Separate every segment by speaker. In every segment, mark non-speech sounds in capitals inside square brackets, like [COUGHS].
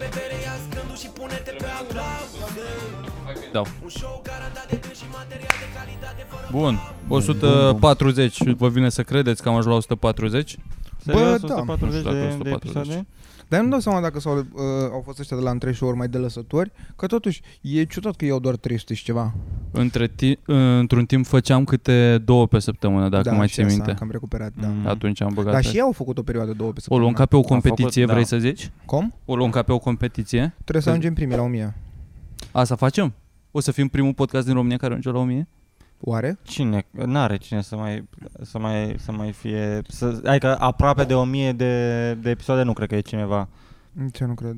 Speaker 1: pe bere, ia scându și pune-te pe aplauză
Speaker 2: Da.
Speaker 1: Un show garantat de gând și material de calitate fără
Speaker 2: Bun. 140. Vă vine să credeți că am ajuns la 140?
Speaker 3: Serios,
Speaker 4: da.
Speaker 3: 140
Speaker 2: Nu știu
Speaker 3: de,
Speaker 2: dacă
Speaker 3: de
Speaker 2: 140.
Speaker 3: episoade?
Speaker 4: Dar nu-mi dau seama dacă s-au, uh, au fost ăștia de la între și ori mai de lăsători, că totuși e ciudat că iau doar 300 și ceva.
Speaker 2: Între ti- într-un timp făceam câte două pe săptămână, dacă
Speaker 4: da,
Speaker 2: mai
Speaker 4: și
Speaker 2: ții
Speaker 4: asta,
Speaker 2: minte.
Speaker 4: Că am recuperat, da.
Speaker 3: Mm.
Speaker 2: Atunci am băgat.
Speaker 4: Dar
Speaker 2: așa.
Speaker 4: și ei au făcut o perioadă două pe
Speaker 2: O luăm
Speaker 4: săptămână.
Speaker 2: ca pe o
Speaker 3: făcut,
Speaker 2: competiție,
Speaker 3: da.
Speaker 2: vrei să zici?
Speaker 4: Com?
Speaker 2: O luăm ca pe o competiție?
Speaker 4: Trebuie să ajungem primii la 1000.
Speaker 2: Asta facem? O să fim primul podcast din România care ajunge la 1000?
Speaker 4: Oare?
Speaker 3: Cine? N-are cine să mai, să mai, să mai fie... Să, adică aproape de 1000 de, de episoade nu cred că e cineva.
Speaker 4: Nici eu nu cred.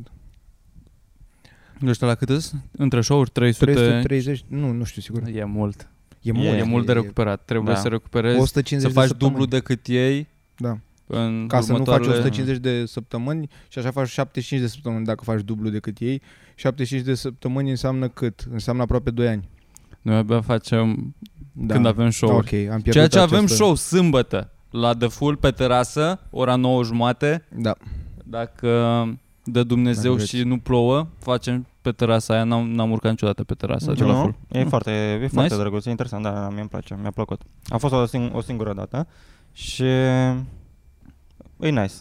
Speaker 2: Nu știu la cât îs? Între show-uri 300...
Speaker 4: 330? Nu, nu știu sigur.
Speaker 2: E mult.
Speaker 4: E
Speaker 2: E,
Speaker 4: mult.
Speaker 2: Păi, e mult de recuperat. Trebuie
Speaker 3: Da.
Speaker 2: să recuperezi,
Speaker 4: 150
Speaker 2: să
Speaker 4: de
Speaker 2: faci
Speaker 4: săptămâni.
Speaker 2: dublu decât ei
Speaker 4: Da.
Speaker 2: în
Speaker 4: Ca să nu faci
Speaker 2: următoarele-
Speaker 4: 150 de săptămâni și așa faci 75 de săptămâni dacă faci dublu decât ei. 75 de săptămâni înseamnă cât? Înseamnă aproape 2 ani.
Speaker 2: Noi abia facem
Speaker 4: Da.
Speaker 2: când avem show
Speaker 4: Ok, am pierdut
Speaker 2: Ceea ce avem
Speaker 4: această-
Speaker 2: show sâmbătă la The Full pe terasă, ora 9 jumate.
Speaker 4: Da.
Speaker 2: Dacă dă Dumnezeu
Speaker 4: Dacă
Speaker 2: și nu plouă, facem pe terasa aia. N-am, n-am urcat niciodată pe terasa de la
Speaker 3: Nu? Mm.
Speaker 2: Full.
Speaker 3: E
Speaker 2: Nu.
Speaker 3: foarte, e foarte
Speaker 2: Nice.
Speaker 3: drăguț, e interesant, dar mie îmi place, mi-a plăcut. A fost o, sing- o singură dată și e nice.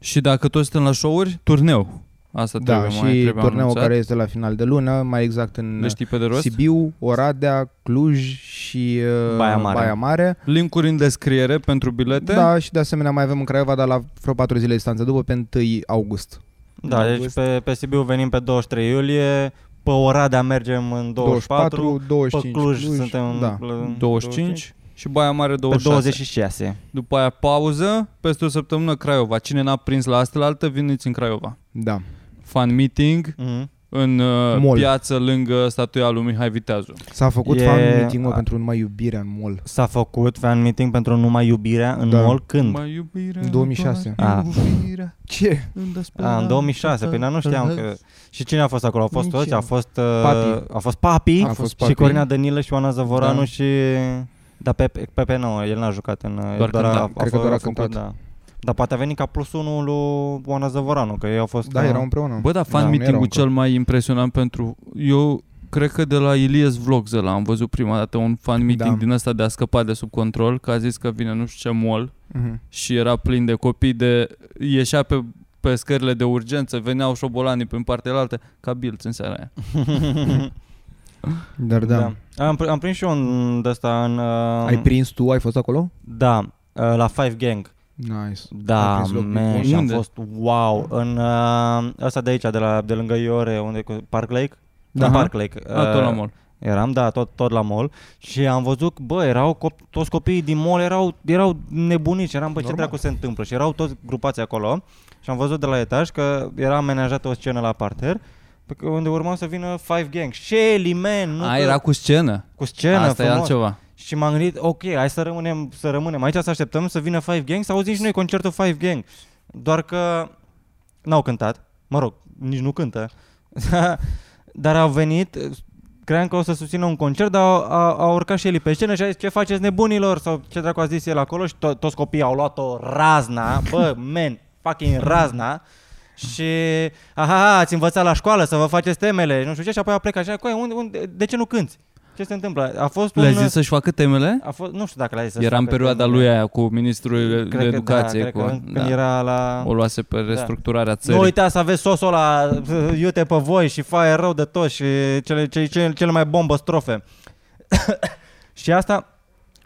Speaker 2: Și dacă toți suntem la show-uri, turneu. Asta
Speaker 4: Da,
Speaker 2: trebuie mai
Speaker 4: și
Speaker 2: trebuie
Speaker 4: turneul
Speaker 2: anunțat.
Speaker 4: care este la final de lună, mai exact în
Speaker 2: Le știi pe de rost?
Speaker 4: Sibiu, Oradea, Cluj și uh,
Speaker 3: Baia Mare.
Speaker 4: Baia Mare.
Speaker 2: Linkuri în descriere pentru bilete.
Speaker 4: Da, și de asemenea mai avem în Craiova, dar la vreo 4 zile distanță, după pe 1 august.
Speaker 3: Da,
Speaker 4: În
Speaker 3: deci
Speaker 4: august.
Speaker 3: pe, pe Sibiu venim pe 23 iulie, pe Oradea mergem în 24,
Speaker 4: 25
Speaker 3: pe Cluj, suntem
Speaker 4: da.
Speaker 3: la-
Speaker 2: 25 și Baia Mare
Speaker 3: pe
Speaker 2: 26.
Speaker 3: 26.
Speaker 2: După aia pauză, peste o săptămână Craiova. Cine n-a prins la asta, la altă, veniți în Craiova.
Speaker 4: Da.
Speaker 2: Fan meeting
Speaker 3: Mhm.
Speaker 2: în uh,
Speaker 4: Mall.
Speaker 2: piață lângă statuia lui Mihai Viteazu.
Speaker 4: S-a făcut
Speaker 3: E-
Speaker 4: e... fan meeting mă,
Speaker 3: a-
Speaker 4: pentru numai iubirea în mall.
Speaker 3: S-a făcut fan meeting pentru numai iubirea în
Speaker 4: Da.
Speaker 3: mall când?
Speaker 2: Mai iubirea,
Speaker 4: În 2006.
Speaker 2: doar
Speaker 3: Ah.
Speaker 2: iubirea,
Speaker 4: Ce?
Speaker 2: îmi dă speranță.
Speaker 3: A, în 2006, păi dar nu știam că... Și cine a fost acolo? Au fost
Speaker 4: Nici
Speaker 3: toți?
Speaker 4: eu.
Speaker 3: A fost... uh,
Speaker 4: Papi.
Speaker 3: A fost Papi,
Speaker 4: A fost
Speaker 3: și
Speaker 4: Papi.
Speaker 3: Corina Danilă și Oana Zăvoranu
Speaker 4: Da.
Speaker 3: și... Da, Dar Pepe, Pepe nu, el n-a jucat în... el
Speaker 2: Doar cânta.
Speaker 3: a,
Speaker 4: Cred că
Speaker 3: fă-
Speaker 4: doar a
Speaker 3: făcut,
Speaker 4: cântat.
Speaker 3: Da. Dar poate a venit ca plus unul lui Oana Zăvoranu, că ei au fost...
Speaker 4: Da,
Speaker 3: uh,
Speaker 4: erau împreună.
Speaker 2: Bă, dar fan da,
Speaker 4: Da, nu erau
Speaker 2: meeting-ul
Speaker 4: încă.
Speaker 2: cel mai impresionant pentru... Eu cred că de la Ilies Vlogs ăla am văzut prima dată un fan meeting
Speaker 4: Da.
Speaker 2: din ăsta de a scăpa de sub control, că a zis că vine nu știu ce mall
Speaker 4: Mhm.
Speaker 2: și era plin de copii de... Ieșea pe, pe scările de urgență, veneau șobolanii prin partea altă, ca Bilț în seara aia.
Speaker 4: Dar da. da.
Speaker 3: Am, pr- am prins și eu un de ăsta în... Uh,
Speaker 4: Ai prins tu? Ai fost acolo?
Speaker 3: Da, uh, la Five Gang.
Speaker 4: Nice. Ai
Speaker 3: Da,
Speaker 4: prins loc
Speaker 3: man,
Speaker 4: bun.
Speaker 3: și am
Speaker 2: Unde?
Speaker 3: fost wow. În uh, ăsta de aici, de, la, de lângă Iore, unde e cu Park Lake? Da,
Speaker 2: Aha.
Speaker 3: Park Lake.
Speaker 2: A, tot la mall.
Speaker 3: Eram, da, tot, tot la mall și am văzut, bă, erau cop- toți copiii din mall erau, erau nebuniți, eram, bă, ce
Speaker 4: Normal.
Speaker 3: dracu se întâmplă și erau toți grupați acolo și am văzut de la etaj că era amenajată o scenă la parter pe că- unde urmau să vină Five Gang. Shelly, man! Nu
Speaker 2: A,
Speaker 3: că-
Speaker 2: era cu scenă.
Speaker 3: cu scenă,
Speaker 2: Asta e
Speaker 3: frumos.
Speaker 2: altceva.
Speaker 3: Și m-am gândit, ok, hai să rămânem, să rămânem aici, să așteptăm să vină Five Gang, să auzim și noi concertul Five Gang. Doar că n-au cântat, mă rog, nici nu cântă, [LAUGHS] dar au venit, cream că o să susțină un concert, dar au, au, au urcat și el pe scenă și a zis, ce faceți nebunilor? Sau ce dracu a zis el acolo și to- toți copiii au luat-o razna, bă, [LAUGHS] men, fucking razna. Și, aha, ați învățat la școală să vă faceți temele, nu știu ce, și apoi a plecat și a zis, "Coaie, unde, unde, de ce nu cânti? Ce se întâmplă? A fost un...
Speaker 2: Le-a zis să-și facă temele?
Speaker 3: A fost, nu știu dacă l-a zis. să
Speaker 2: Era în
Speaker 3: facă
Speaker 2: perioada
Speaker 3: temele.
Speaker 2: lui aia cu ministrul
Speaker 3: Cred
Speaker 2: de
Speaker 3: că
Speaker 2: educație.
Speaker 3: Da, cred
Speaker 2: cu,
Speaker 3: că când
Speaker 2: da.
Speaker 3: era la...
Speaker 2: O luase pe restructurarea
Speaker 3: Nu
Speaker 2: țării.
Speaker 3: uitați să aveți sosul ăla [LAUGHS] uh, iute pe voi și faie rău de tot și cele, cele, cele, cele mai bombă strofe. [COUGHS] și asta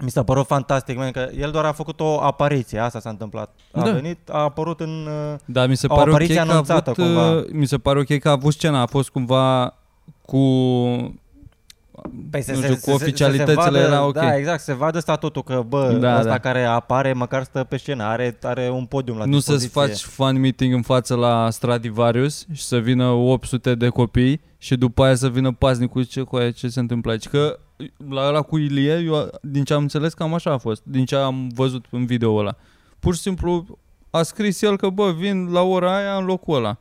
Speaker 3: mi s-a părut fantastic, man, că el doar a făcut o apariție, asta s-a întâmplat. A
Speaker 2: Da.
Speaker 3: venit, a apărut în... uh,
Speaker 2: Dar mi se
Speaker 3: O
Speaker 2: pare ok
Speaker 3: apariție
Speaker 2: că a
Speaker 3: anunțată,
Speaker 2: avut,
Speaker 3: cumva.
Speaker 2: uh, mi se pare ok că a avut scena, a fost cumva cu
Speaker 3: Păi se,
Speaker 2: Nu
Speaker 3: se,
Speaker 2: știu,
Speaker 3: se,
Speaker 2: cu oficialitățile
Speaker 3: se, se vadă,
Speaker 2: era ok.
Speaker 3: Da, exact, se vadă statutul că, bă,
Speaker 2: Da,
Speaker 3: da, ăsta
Speaker 2: da.
Speaker 3: da. care apare măcar stă pe scenă, are, are un podium la
Speaker 2: nu să-ți
Speaker 3: dispoziție.
Speaker 2: faci fan meeting în față la Stradivarius și să vină 800 de copii și după aia să vină paznicul și ce cu aia, ce se întâmplă aici. Că la ăla cu Ilie, eu, din ce am înțeles, cam așa a fost, din ce am văzut în video ăla. Pur și simplu a scris el că, bă, vin la ora aia în locul ăla.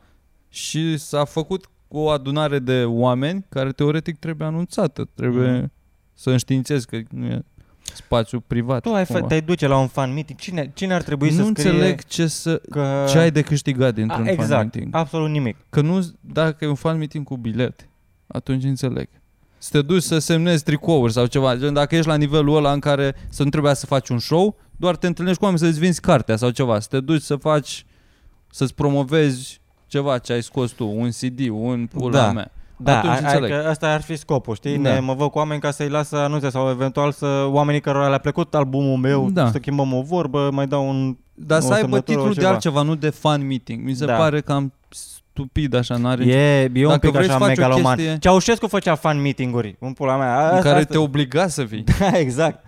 Speaker 2: Și s-a făcut o adunare de oameni care teoretic trebuie anunțată, trebuie
Speaker 3: Mhm.
Speaker 2: să înștiințezi că nu e spațiu privat.
Speaker 3: Păi Tu ai, fa-
Speaker 2: cumva.
Speaker 3: te-ai duce la un fan meeting. Cine, cine ar trebui să
Speaker 2: nu
Speaker 3: scrie
Speaker 2: înțeleg ce, să,
Speaker 3: că...
Speaker 2: ce ai de câștigat dintr-un
Speaker 3: A,
Speaker 2: fan
Speaker 3: exact,
Speaker 2: meeting.
Speaker 3: absolut nimic.
Speaker 2: Că nu, dacă e un fan meeting cu bilet, atunci înțeleg. Să te duci să semnezi tricouri sau ceva. Gen, dacă ești la nivelul ăla în care să nu trebuia să faci un show, doar te întâlnești cu oameni să-ți vinzi cartea sau ceva. Să te duci să faci, să-ți promovezi ceva ce ai scos tu, un CD, un pula
Speaker 3: Da.
Speaker 2: mea.
Speaker 3: Da,
Speaker 2: Atunci
Speaker 3: a-
Speaker 2: înțeleg.
Speaker 3: adică ăsta ar fi scopul, știi?
Speaker 2: Da.
Speaker 3: Ne, mă văd cu oameni ca să-i las să anunțe sau eventual să oamenii cărora le-a plăcut albumul meu,
Speaker 2: Da.
Speaker 3: să schimbăm o vorbă, mai dau un...
Speaker 2: Dar
Speaker 3: O
Speaker 2: să aibă
Speaker 3: semnătură,
Speaker 2: titlul de
Speaker 3: ceva.
Speaker 2: altceva, nu de fan meeting. Mi se
Speaker 3: Da.
Speaker 2: pare cam stupid așa, n-are
Speaker 3: E, e un
Speaker 2: Dacă
Speaker 3: pic
Speaker 2: vrei
Speaker 3: așa
Speaker 2: să faci o
Speaker 3: megaloman.
Speaker 2: chestie-
Speaker 3: Ceaușescu făcea fan meeting-uri, în pula mea. A-
Speaker 2: în
Speaker 3: asta-
Speaker 2: care
Speaker 3: asta-
Speaker 2: te obliga să vii.
Speaker 3: Da, [LAUGHS] exact.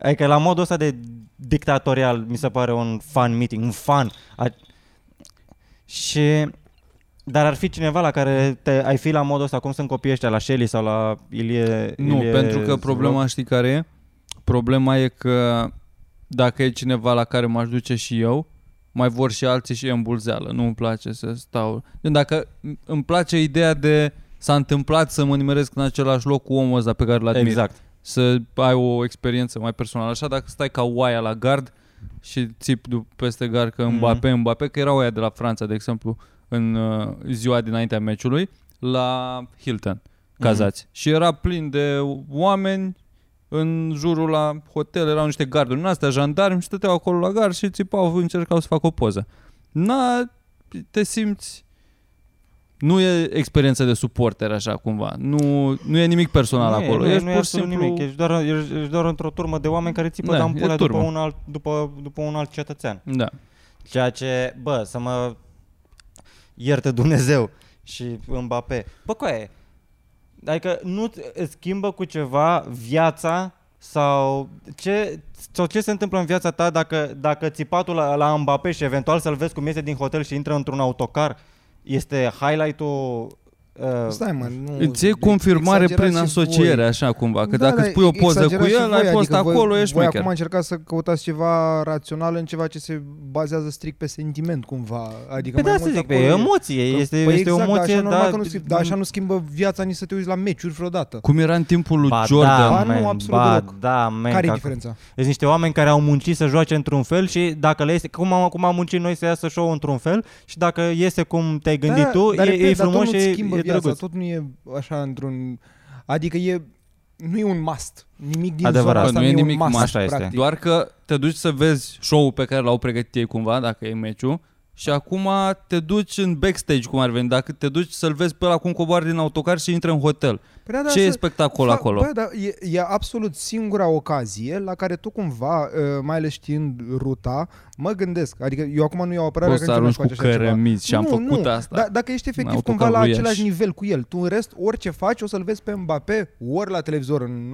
Speaker 3: Adică la modul ăsta de dictatorial mi se pare un fan meeting, un fan. A... Și... Dar ar fi cineva la care te, ai fi la modul ăsta, cum sunt copiii ăștia, la Shelly sau la Ilie...
Speaker 2: Nu,
Speaker 3: Ilie
Speaker 2: pentru că
Speaker 3: Zvrov?
Speaker 2: problema știi care e? Problema e că dacă e cineva la care m-aș duce și eu, mai vor și alții și e în bulzeală. Nu îmi place să stau. Gen, Dacă îmi place ideea de s-a întâmplat să mă nimeresc în același loc cu omul ăsta pe care l-admir.
Speaker 3: Exact.
Speaker 2: Să ai o experiență mai personală. Așa dacă stai ca oaia la gard și țip dup- peste gard că Mbappé, mm. Mbappé, că era oaia de la Franța, de exemplu, în uh, ziua dinaintea meciului, la Hilton Mm-hmm.
Speaker 4: Mhm.
Speaker 2: cazați. Și era plin de oameni în jurul la hotel, erau niște garduri în astea, jandarmi, și stăteau acolo la gard și țipau, încercau să facă o poză. Na, te simți... Nu e experiență de suporter așa cumva. Nu, nu e nimic personal
Speaker 3: e,
Speaker 2: acolo.
Speaker 3: nu, e-
Speaker 2: ești
Speaker 3: nu e
Speaker 2: pur și
Speaker 3: absolut
Speaker 2: simplu...
Speaker 3: nimic, ești doar, ești, ești doar într-o turmă de oameni care
Speaker 2: Da,
Speaker 3: țipă da,
Speaker 2: e
Speaker 3: ampulea după
Speaker 2: turmă.
Speaker 3: un, alt, după, după un alt cetățean.
Speaker 2: Da.
Speaker 3: Ceea ce, bă, să mă ierte Dumnezeu și Mbappé. Bă, coaie, adică nu ți- îți schimbă cu ceva viața sau ce, sau ce se întâmplă în viața ta dacă, dacă țipatul la, la Mbappé și eventual să-l vezi cum iese din hotel și intră într-un autocar este highlight-ul uh,
Speaker 4: Stai, mă, nu...
Speaker 2: Îți iei confirmare
Speaker 4: exagerați
Speaker 2: prin
Speaker 4: și voi.
Speaker 2: asociere, așa cumva, că
Speaker 4: Da,
Speaker 2: dacă
Speaker 4: dar
Speaker 2: îți pui o poză cu
Speaker 4: exagerați și
Speaker 2: el, ai
Speaker 4: voi,
Speaker 2: fost
Speaker 4: adică voi-
Speaker 2: acolo, ești
Speaker 4: Voi
Speaker 2: maker.
Speaker 4: acum încercați să căutați ceva rațional în ceva ce se bazează strict pe sentiment, cumva. Adică
Speaker 3: Pe da,
Speaker 4: mai
Speaker 3: să
Speaker 4: mult
Speaker 3: zic, pe
Speaker 4: acolo e-
Speaker 3: emoție,
Speaker 4: Că-
Speaker 3: este,
Speaker 4: păi
Speaker 3: este o
Speaker 4: exact,
Speaker 3: emoție,
Speaker 4: dar așa, normal
Speaker 3: da,
Speaker 4: că nu schimb, dar așa nu schimbă viața nici să te uiți la meciuri vreodată.
Speaker 2: Cum era în timpul lui
Speaker 3: Ba
Speaker 2: Jordan.
Speaker 3: da,
Speaker 4: Ba nu,
Speaker 3: man,
Speaker 4: absolut
Speaker 3: ba
Speaker 4: deloc.
Speaker 3: da, man,
Speaker 4: Care e
Speaker 3: că-
Speaker 4: diferența?
Speaker 3: Sunt niște oameni care au muncit să joace într-un fel și dacă le iese, cum am, cum am muncit noi să iasă show într-un fel și dacă iese cum te-ai gândit
Speaker 4: da,
Speaker 3: tu,
Speaker 4: dar,
Speaker 3: e,
Speaker 4: repet,
Speaker 3: e
Speaker 4: dar tot
Speaker 3: frumos și
Speaker 4: nu-ți
Speaker 3: e,
Speaker 4: schimbă
Speaker 3: e
Speaker 4: viața,
Speaker 3: drăguț.
Speaker 4: tot nu e așa într-un... Adică e... Nu e un must. Nimic din zona
Speaker 3: Adevărat.
Speaker 4: asta
Speaker 2: Nu
Speaker 4: nu,
Speaker 2: e
Speaker 4: e
Speaker 2: nimic
Speaker 4: un must,
Speaker 3: must, așa este.
Speaker 4: practic.
Speaker 2: Doar că te duci să vezi show-ul pe care l-au pregătit ei cumva, dacă e meciul, și acum te duci în backstage, cum ar veni, dacă te duci să-l vezi pe ăla cum coboară din autocar și intră în hotel.
Speaker 4: Păi da,
Speaker 2: Da,
Speaker 4: da,
Speaker 2: Ce e
Speaker 4: să-
Speaker 2: spectacol
Speaker 4: Fa-
Speaker 2: acolo?
Speaker 4: Bă, dar e, e absolut singura ocazie la care tu cumva, uh, mai ales știind ruta, mă gândesc. Adică eu acum nu iau apărare
Speaker 2: Poți să
Speaker 4: că nici nu
Speaker 2: arunci cu
Speaker 4: fac așa ceva.
Speaker 2: cărămiți și am
Speaker 4: nu,
Speaker 2: făcut
Speaker 4: nu.
Speaker 2: asta.
Speaker 4: Da, dacă ești
Speaker 2: În
Speaker 4: efectiv cumva la
Speaker 2: autocarul Iași.
Speaker 4: același nivel cu el, tu în rest orice faci o să-l vezi pe Mbappé ori la televizor în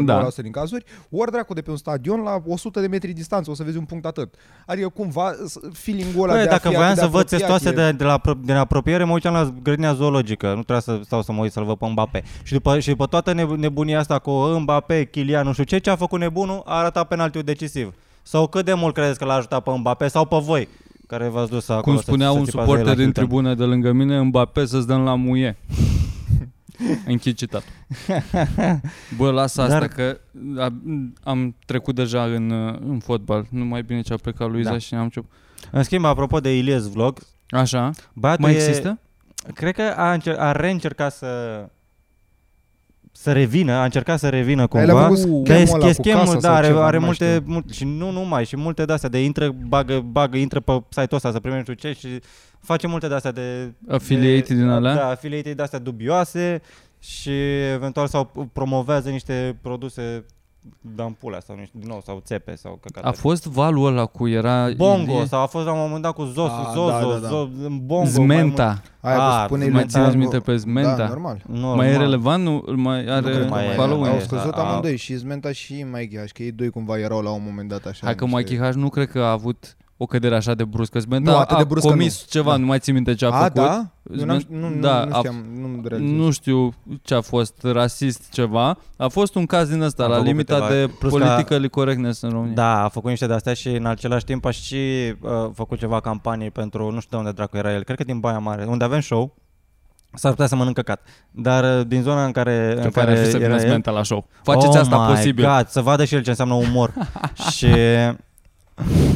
Speaker 4: 99,9%
Speaker 2: Da.
Speaker 4: din cazuri, ori dracu de pe un stadion la 100 de metri distanță, o să vezi un punct atât. Adică cumva s- feeling-ul ăla
Speaker 3: Băi,
Speaker 4: de a
Speaker 3: dacă
Speaker 4: fi
Speaker 3: voiam
Speaker 4: atât
Speaker 3: să văd
Speaker 4: apropiat
Speaker 3: testoase
Speaker 4: e-
Speaker 3: de, de la, apro- din apropiere, mă uitam la grădina zoologică. Nu trebuia să stau să mă uit să-l văd pe Mbappé. Și după, și după toată neb- nebunia asta cu Mbappé, Kylian, nu știu ce, ce a făcut nebunul, a arătat penaltiul decisiv. Sau cât de mult credeți că l-a ajutat pe Mbappé sau pe voi care v-ați dus acolo
Speaker 2: Cum
Speaker 3: să-
Speaker 2: spunea
Speaker 3: să
Speaker 2: un
Speaker 3: țipați la el la
Speaker 2: suporter din
Speaker 3: Hilton?
Speaker 2: tribună de lângă mine, Mbappé să-ți dăm la muie. Închid citat.
Speaker 3: [LAUGHS]
Speaker 2: Bă, lasă asta
Speaker 3: Dar-
Speaker 2: că a- am trecut deja în, uh, în fotbal. Nu mai bine ce a plecat Luiza
Speaker 3: Da.
Speaker 2: și ne-am început.
Speaker 3: În schimb, apropo de Ilies Vlog,
Speaker 2: Așa,
Speaker 3: băiatul
Speaker 2: mai
Speaker 3: e-
Speaker 2: există?
Speaker 3: Cred că a, încer- a reîncercat să să revină, a încercat să revină
Speaker 4: Ai
Speaker 3: cumva.
Speaker 4: făcut
Speaker 3: Că e,
Speaker 4: schemul ăla
Speaker 3: e
Speaker 4: cu
Speaker 3: schemul,
Speaker 4: casa
Speaker 3: da,
Speaker 4: sau
Speaker 3: are,
Speaker 4: ceva, nu
Speaker 3: are
Speaker 4: mai
Speaker 3: multe,
Speaker 4: știu.
Speaker 3: mult, și nu numai, și multe de astea de intră, bagă, bagă, intră pe site-ul ăsta să primești nu știu ce și face multe de astea de...
Speaker 2: Affiliate
Speaker 3: de,
Speaker 2: din alea?
Speaker 3: Da, affiliate de astea dubioase și eventual sau promovează niște produse dampulea sau niște, din nou, sau țepe sau căcate.
Speaker 2: A fost valul ăla cu era...
Speaker 3: Bongo
Speaker 2: Ilie-
Speaker 3: sau a fost la un moment dat cu Zos,
Speaker 4: Ah,
Speaker 3: Zozo,
Speaker 4: da, da, da.
Speaker 3: Zo, Bongo.
Speaker 2: Zmenta.
Speaker 4: Aia cu
Speaker 3: Ah,
Speaker 4: spune
Speaker 3: mai
Speaker 4: lui
Speaker 2: țineți
Speaker 4: Tango.
Speaker 2: minte pe Zmenta?
Speaker 4: Da, normal.
Speaker 3: Mai, mult,
Speaker 2: Mai e
Speaker 3: normal.
Speaker 2: relevant? Nu, îl mai
Speaker 4: Nu
Speaker 2: are
Speaker 4: cred că mai e,
Speaker 2: following?
Speaker 4: Au
Speaker 3: e,
Speaker 4: scăzut
Speaker 3: da.
Speaker 4: amândoi, și Zmenta și Mikey H, că ei doi cumva erau la un moment dat așa.
Speaker 2: Hai că
Speaker 4: niște-
Speaker 2: Mikey H nu cred că a avut o cădere așa de bruscă. Zmenta
Speaker 4: Nu, atât
Speaker 2: a
Speaker 4: de bruscă
Speaker 2: comis ceva, nu mai țin minte ce a,
Speaker 4: A,
Speaker 2: făcut.
Speaker 4: da? Eu n-am-
Speaker 2: Zmen-
Speaker 4: Nu, nu,
Speaker 2: da,
Speaker 4: nu
Speaker 2: a-
Speaker 4: știam, nu realizez.
Speaker 2: Nu știu ce a fost, rasist ceva. A fost un caz din ăsta,
Speaker 3: A
Speaker 2: la
Speaker 3: făcut
Speaker 2: limita
Speaker 3: câteva-
Speaker 2: de
Speaker 3: plus că-
Speaker 2: politically correctness în România.
Speaker 3: Da, a făcut niște de-astea și în același timp a și uh, făcut ceva campanii pentru, nu știu de unde dracu era el, cred că din Baia Mare, unde avem show, S-ar putea să mănânc căcat. Dar uh, din zona în care, în
Speaker 2: În care ar
Speaker 3: care
Speaker 2: fi să
Speaker 3: era
Speaker 2: vină
Speaker 3: el, Oh
Speaker 2: mental la show.
Speaker 4: Oh
Speaker 2: Faceți asta
Speaker 3: my
Speaker 2: posibil.
Speaker 3: God, să vadă și el ce înseamnă
Speaker 2: [LAUGHS]
Speaker 3: umor. și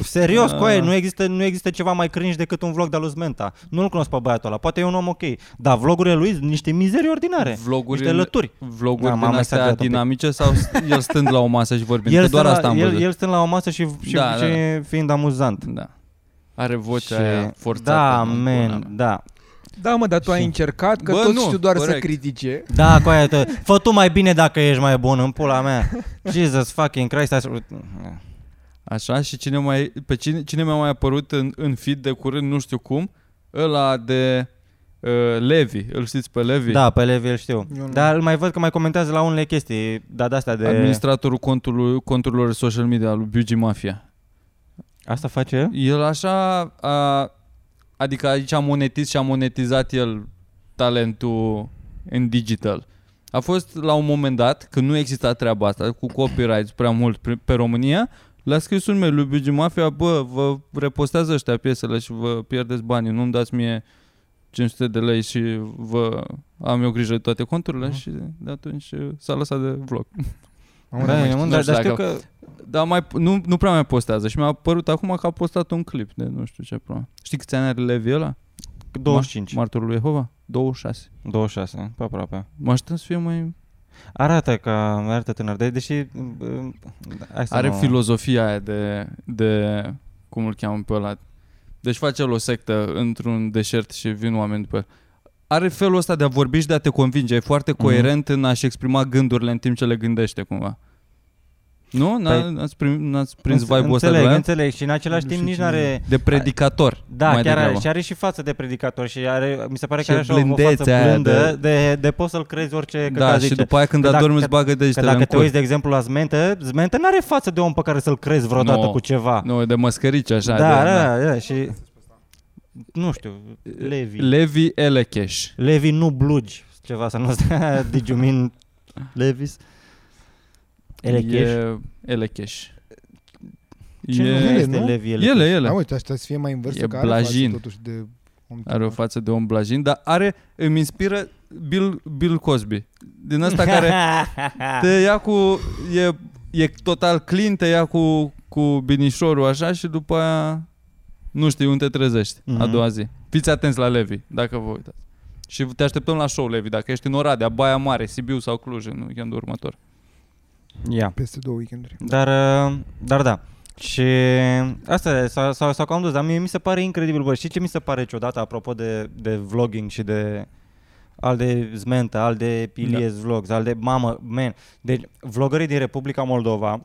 Speaker 3: Serios,
Speaker 2: Ah.
Speaker 3: coaie, nu există, nu există ceva mai cringe decât un vlog de-al lui Smenta. Nu-l cunosc pe băiatul ăla, poate e un om ok. Dar vlogurile lui sunt niște mizerii ordinare.
Speaker 2: Vlogurile,
Speaker 3: Niște lături. Da,
Speaker 2: vloguri
Speaker 3: m-am
Speaker 2: din
Speaker 3: mai
Speaker 2: astea
Speaker 3: exagerat un pic.
Speaker 2: dinamice sau el stând la o masă și vorbind? că doar
Speaker 3: stând
Speaker 2: asta
Speaker 3: la,
Speaker 2: am
Speaker 3: el,
Speaker 2: văzut.
Speaker 3: el stând la o masă și, și,
Speaker 2: Da,
Speaker 3: și fiind amuzant.
Speaker 2: Da. Are vocea
Speaker 3: Și-
Speaker 2: aia forțată.
Speaker 3: Da,
Speaker 2: în pula mea.
Speaker 3: man, da.
Speaker 5: Da, mă, dar tu ai
Speaker 3: Și-
Speaker 5: încercat, că
Speaker 2: Bă,
Speaker 5: toți
Speaker 2: nu,
Speaker 5: știu doar să
Speaker 2: corect.
Speaker 5: critique.
Speaker 3: Da, cu aia, tă- fă tu mai bine dacă ești mai bun în pula
Speaker 2: [LAUGHS]
Speaker 3: mea. Jesus fucking Christ. Așa...
Speaker 2: Așa, și cine, mai, pe cine, cine mi-a mai apărut în, în feed de curând, nu știu cum, ăla de uh, Levi, îl știți pe Levi?
Speaker 3: Da, pe Levi îl știu.
Speaker 5: Eu nu.
Speaker 3: Dar îl mai văd că mai comentează la unele chestii, dar de astea de...
Speaker 2: Administratorul contului, conturilor social media al lui Biugi Mafia.
Speaker 3: Asta face el?
Speaker 2: El așa, a, adică aici a monetizat și a monetizat el talentul în digital. A fost la un moment dat, când nu exista treaba asta, cu copyright prea mult pe, pe România, le-a scris un mail lui Biugi Mafia, bă, vă repostează ăștia piesele și vă pierdeți banii, nu-mi dați mie 500 de lei și vă am eu grijă de toate conturile și de atunci s-a lăsat de vlog.
Speaker 4: Mamă,
Speaker 3: Da,
Speaker 4: dar
Speaker 3: e
Speaker 4: mai
Speaker 2: nu
Speaker 3: un- dar
Speaker 2: știu
Speaker 3: dar știu
Speaker 2: dacă-
Speaker 3: că...
Speaker 2: Dar mai, nu, nu prea mai postează și mi-a apărut acum că a postat un clip de nu știu ce problemă. Știi câți ani are Levi ăla?
Speaker 3: 25.
Speaker 2: Martorul lui Jehova? 26.
Speaker 3: 26, pe aproape.
Speaker 2: Mă aștept să fie mai...
Speaker 3: Arată că arată tânăr, de, deși... bă, Hai să
Speaker 2: Are
Speaker 3: nu-
Speaker 2: filozofia aia de, de... Cum îl cheamă pe ăla? Deci face el o sectă într-un deșert și vin oameni după el. Are felul ăsta de a vorbi și de a te convinge. E foarte
Speaker 3: Mhm.
Speaker 2: coerent în a-și exprima gândurile în timp ce le gândește cumva. Nu? N-a,
Speaker 3: Păi-
Speaker 2: n-ați, prim, n-ați prins
Speaker 3: Înțe-
Speaker 2: vibe-ul ăsta de
Speaker 3: Înțeleg,
Speaker 2: la el?
Speaker 3: înțeleg. Și în același timp nici n-are...
Speaker 2: De predicator.
Speaker 3: Da,
Speaker 2: mai
Speaker 3: chiar are,
Speaker 2: degrabă.
Speaker 3: și are și față de predicator și are, mi se pare
Speaker 2: Și
Speaker 3: că are
Speaker 2: e
Speaker 3: așa o față
Speaker 2: blândețea aia
Speaker 3: blândă
Speaker 2: de-
Speaker 3: de, de, de poți să-l crezi orice că
Speaker 2: Da,
Speaker 3: zice.
Speaker 2: și după aia când
Speaker 3: Că dacă-
Speaker 2: adormi îți
Speaker 3: că-
Speaker 2: bagă
Speaker 3: Că
Speaker 2: degetele
Speaker 3: dacă
Speaker 2: în
Speaker 3: te uiți,
Speaker 2: cur.
Speaker 3: de exemplu, la Zmente, Zmente n-are față de om pe care să-l crezi vreodată
Speaker 2: Nu.
Speaker 3: cu ceva.
Speaker 2: Nu, de măscărici așa.
Speaker 3: da,
Speaker 2: de,
Speaker 3: da, da, da, și... Nu știu, Levi. Le-
Speaker 2: Levi Elecheș.
Speaker 3: Levi nu blugi, ceva să nu [LAUGHS] stea, did you mean Levis? Elecheș?
Speaker 2: E, Elecheș.
Speaker 3: Ce
Speaker 2: e,
Speaker 3: nume
Speaker 5: ele,
Speaker 3: este
Speaker 5: nu?
Speaker 3: Levi Elecheș?
Speaker 2: ele,
Speaker 6: Da,
Speaker 2: ele.
Speaker 6: uite, asta să fie mai în vârstă
Speaker 2: E
Speaker 6: că are față
Speaker 2: blajin.
Speaker 6: totuși de om
Speaker 2: Are o
Speaker 6: tânăr.
Speaker 2: față de om blajin, dar are, îmi inspiră Bill, Bill Cosby. Din
Speaker 3: [LAUGHS]
Speaker 2: asta care
Speaker 3: Ah.
Speaker 2: te ia cu... E, e total clean, te ia cu, cu binișorul așa și după aia nu știi unde te trezești
Speaker 3: Mhm.
Speaker 2: a doua zi. Fiți atenți la Levi, dacă vă uitați. Și te așteptăm la show, Levi, dacă ești în Oradea, Baia Mare, Sibiu sau Cluj în weekendul următor.
Speaker 3: Ia.
Speaker 6: Peste două weekenduri.
Speaker 2: Da.
Speaker 3: Dar, uh, dar da. Și asta e, s-a, s-a, s-a cam dus, dar mie mi se pare incredibil, bă, știi ce mi se pare ciudată apropo de, de vlogging și de al de Zmenta, al de Ilies da. Vlogs, al de mamă, man. Deci vlogării din Republica Moldova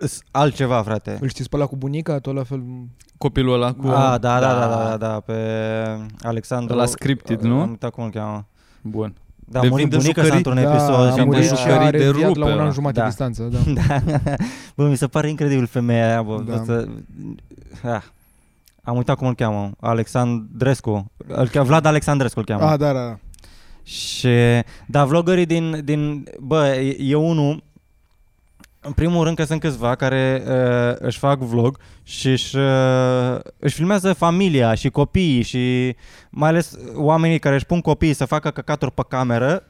Speaker 3: s- altceva, frate.
Speaker 5: Îl știți pe ăla cu bunica, tot la fel...
Speaker 2: Copilul ăla cu...
Speaker 3: Ah, da, da, da, da, da, da, pe Alexandru.
Speaker 2: La Scripted, nu?
Speaker 3: Am uitat cum îl cheamă.
Speaker 2: Bun.
Speaker 3: Da, a
Speaker 2: Devin
Speaker 3: murit
Speaker 2: de
Speaker 3: bunica sa
Speaker 2: jucării.
Speaker 3: într-un
Speaker 6: Da,
Speaker 3: episod.
Speaker 6: a
Speaker 3: și am
Speaker 6: murit
Speaker 3: murit
Speaker 6: și
Speaker 2: că
Speaker 6: a
Speaker 2: are de
Speaker 6: reviat la
Speaker 2: rupe
Speaker 6: un
Speaker 2: ăla.
Speaker 6: an jumate
Speaker 3: Da.
Speaker 6: distanță, da.
Speaker 3: Da. [LAUGHS] Bă, mi se pare incredibil femeia aia, bă.
Speaker 6: Da.
Speaker 3: Da. Să... Ah. Am uitat cum îl cheamă, Alexandrescu. Îl cheamă, Vlad Alexandrescu îl cheamă.
Speaker 6: Ah, da, da, da.
Speaker 3: Și, da, vlogării din, din bă, e, e unul, în primul rând că sunt câțiva care uh, își fac vlog și își, uh, își filmează familia și copiii și mai ales oamenii care își pun copiii să facă căcaturi pe cameră,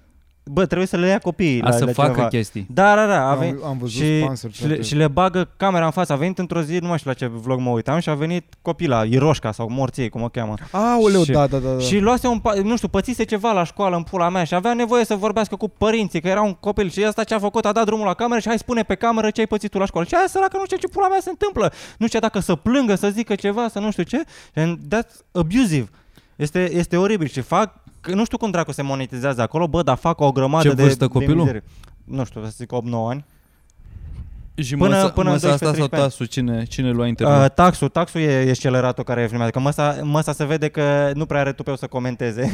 Speaker 3: bă, trebuie să le ia copiii
Speaker 2: A
Speaker 3: la,
Speaker 2: să
Speaker 3: la
Speaker 2: facă
Speaker 3: cineva.
Speaker 2: chestii.
Speaker 3: Da, da, da, a venit,
Speaker 6: Am, am văzut
Speaker 3: și,
Speaker 6: sponsor.
Speaker 3: și, le, și le bagă camera în față. A venit într-o zi, nu mai știu la ce vlog mă uitam, și a venit copila, Iroșca sau Morției, cum o cheamă.
Speaker 6: Aoleu,
Speaker 3: și-
Speaker 6: da, da, da. da.
Speaker 3: Da. Și luase un, pa- nu știu, pățise ceva la școală în pula mea și avea nevoie să vorbească cu părinții, că era un copil și asta ce a făcut, a dat drumul la cameră și hai spune pe cameră ce ai pățit tu la școală. Și aia săracă nu știu ce pula mea se întâmplă. Nu știu dacă să plângă, să zică ceva, să nu știu ce. And that's abusive. Este, este oribil și fac, că nu știu cum dracu se monetizează acolo, bă, dar fac o grămadă
Speaker 2: Ce
Speaker 3: de
Speaker 2: vârstă
Speaker 3: de
Speaker 2: copilul?
Speaker 3: mizerie. Nu știu, să zic 8-9 ani.
Speaker 2: Și
Speaker 3: Până-
Speaker 2: până,
Speaker 3: până
Speaker 2: până măsa
Speaker 3: în
Speaker 2: asta sau
Speaker 3: 12-13 ani.
Speaker 2: tasul, cine, cine lua interviu?
Speaker 3: Uh, taxul, taxul e, e sceleratul care e filmat, că măsa, măsa se vede că nu prea are tupeu să
Speaker 2: [LAUGHS]
Speaker 3: comenteze.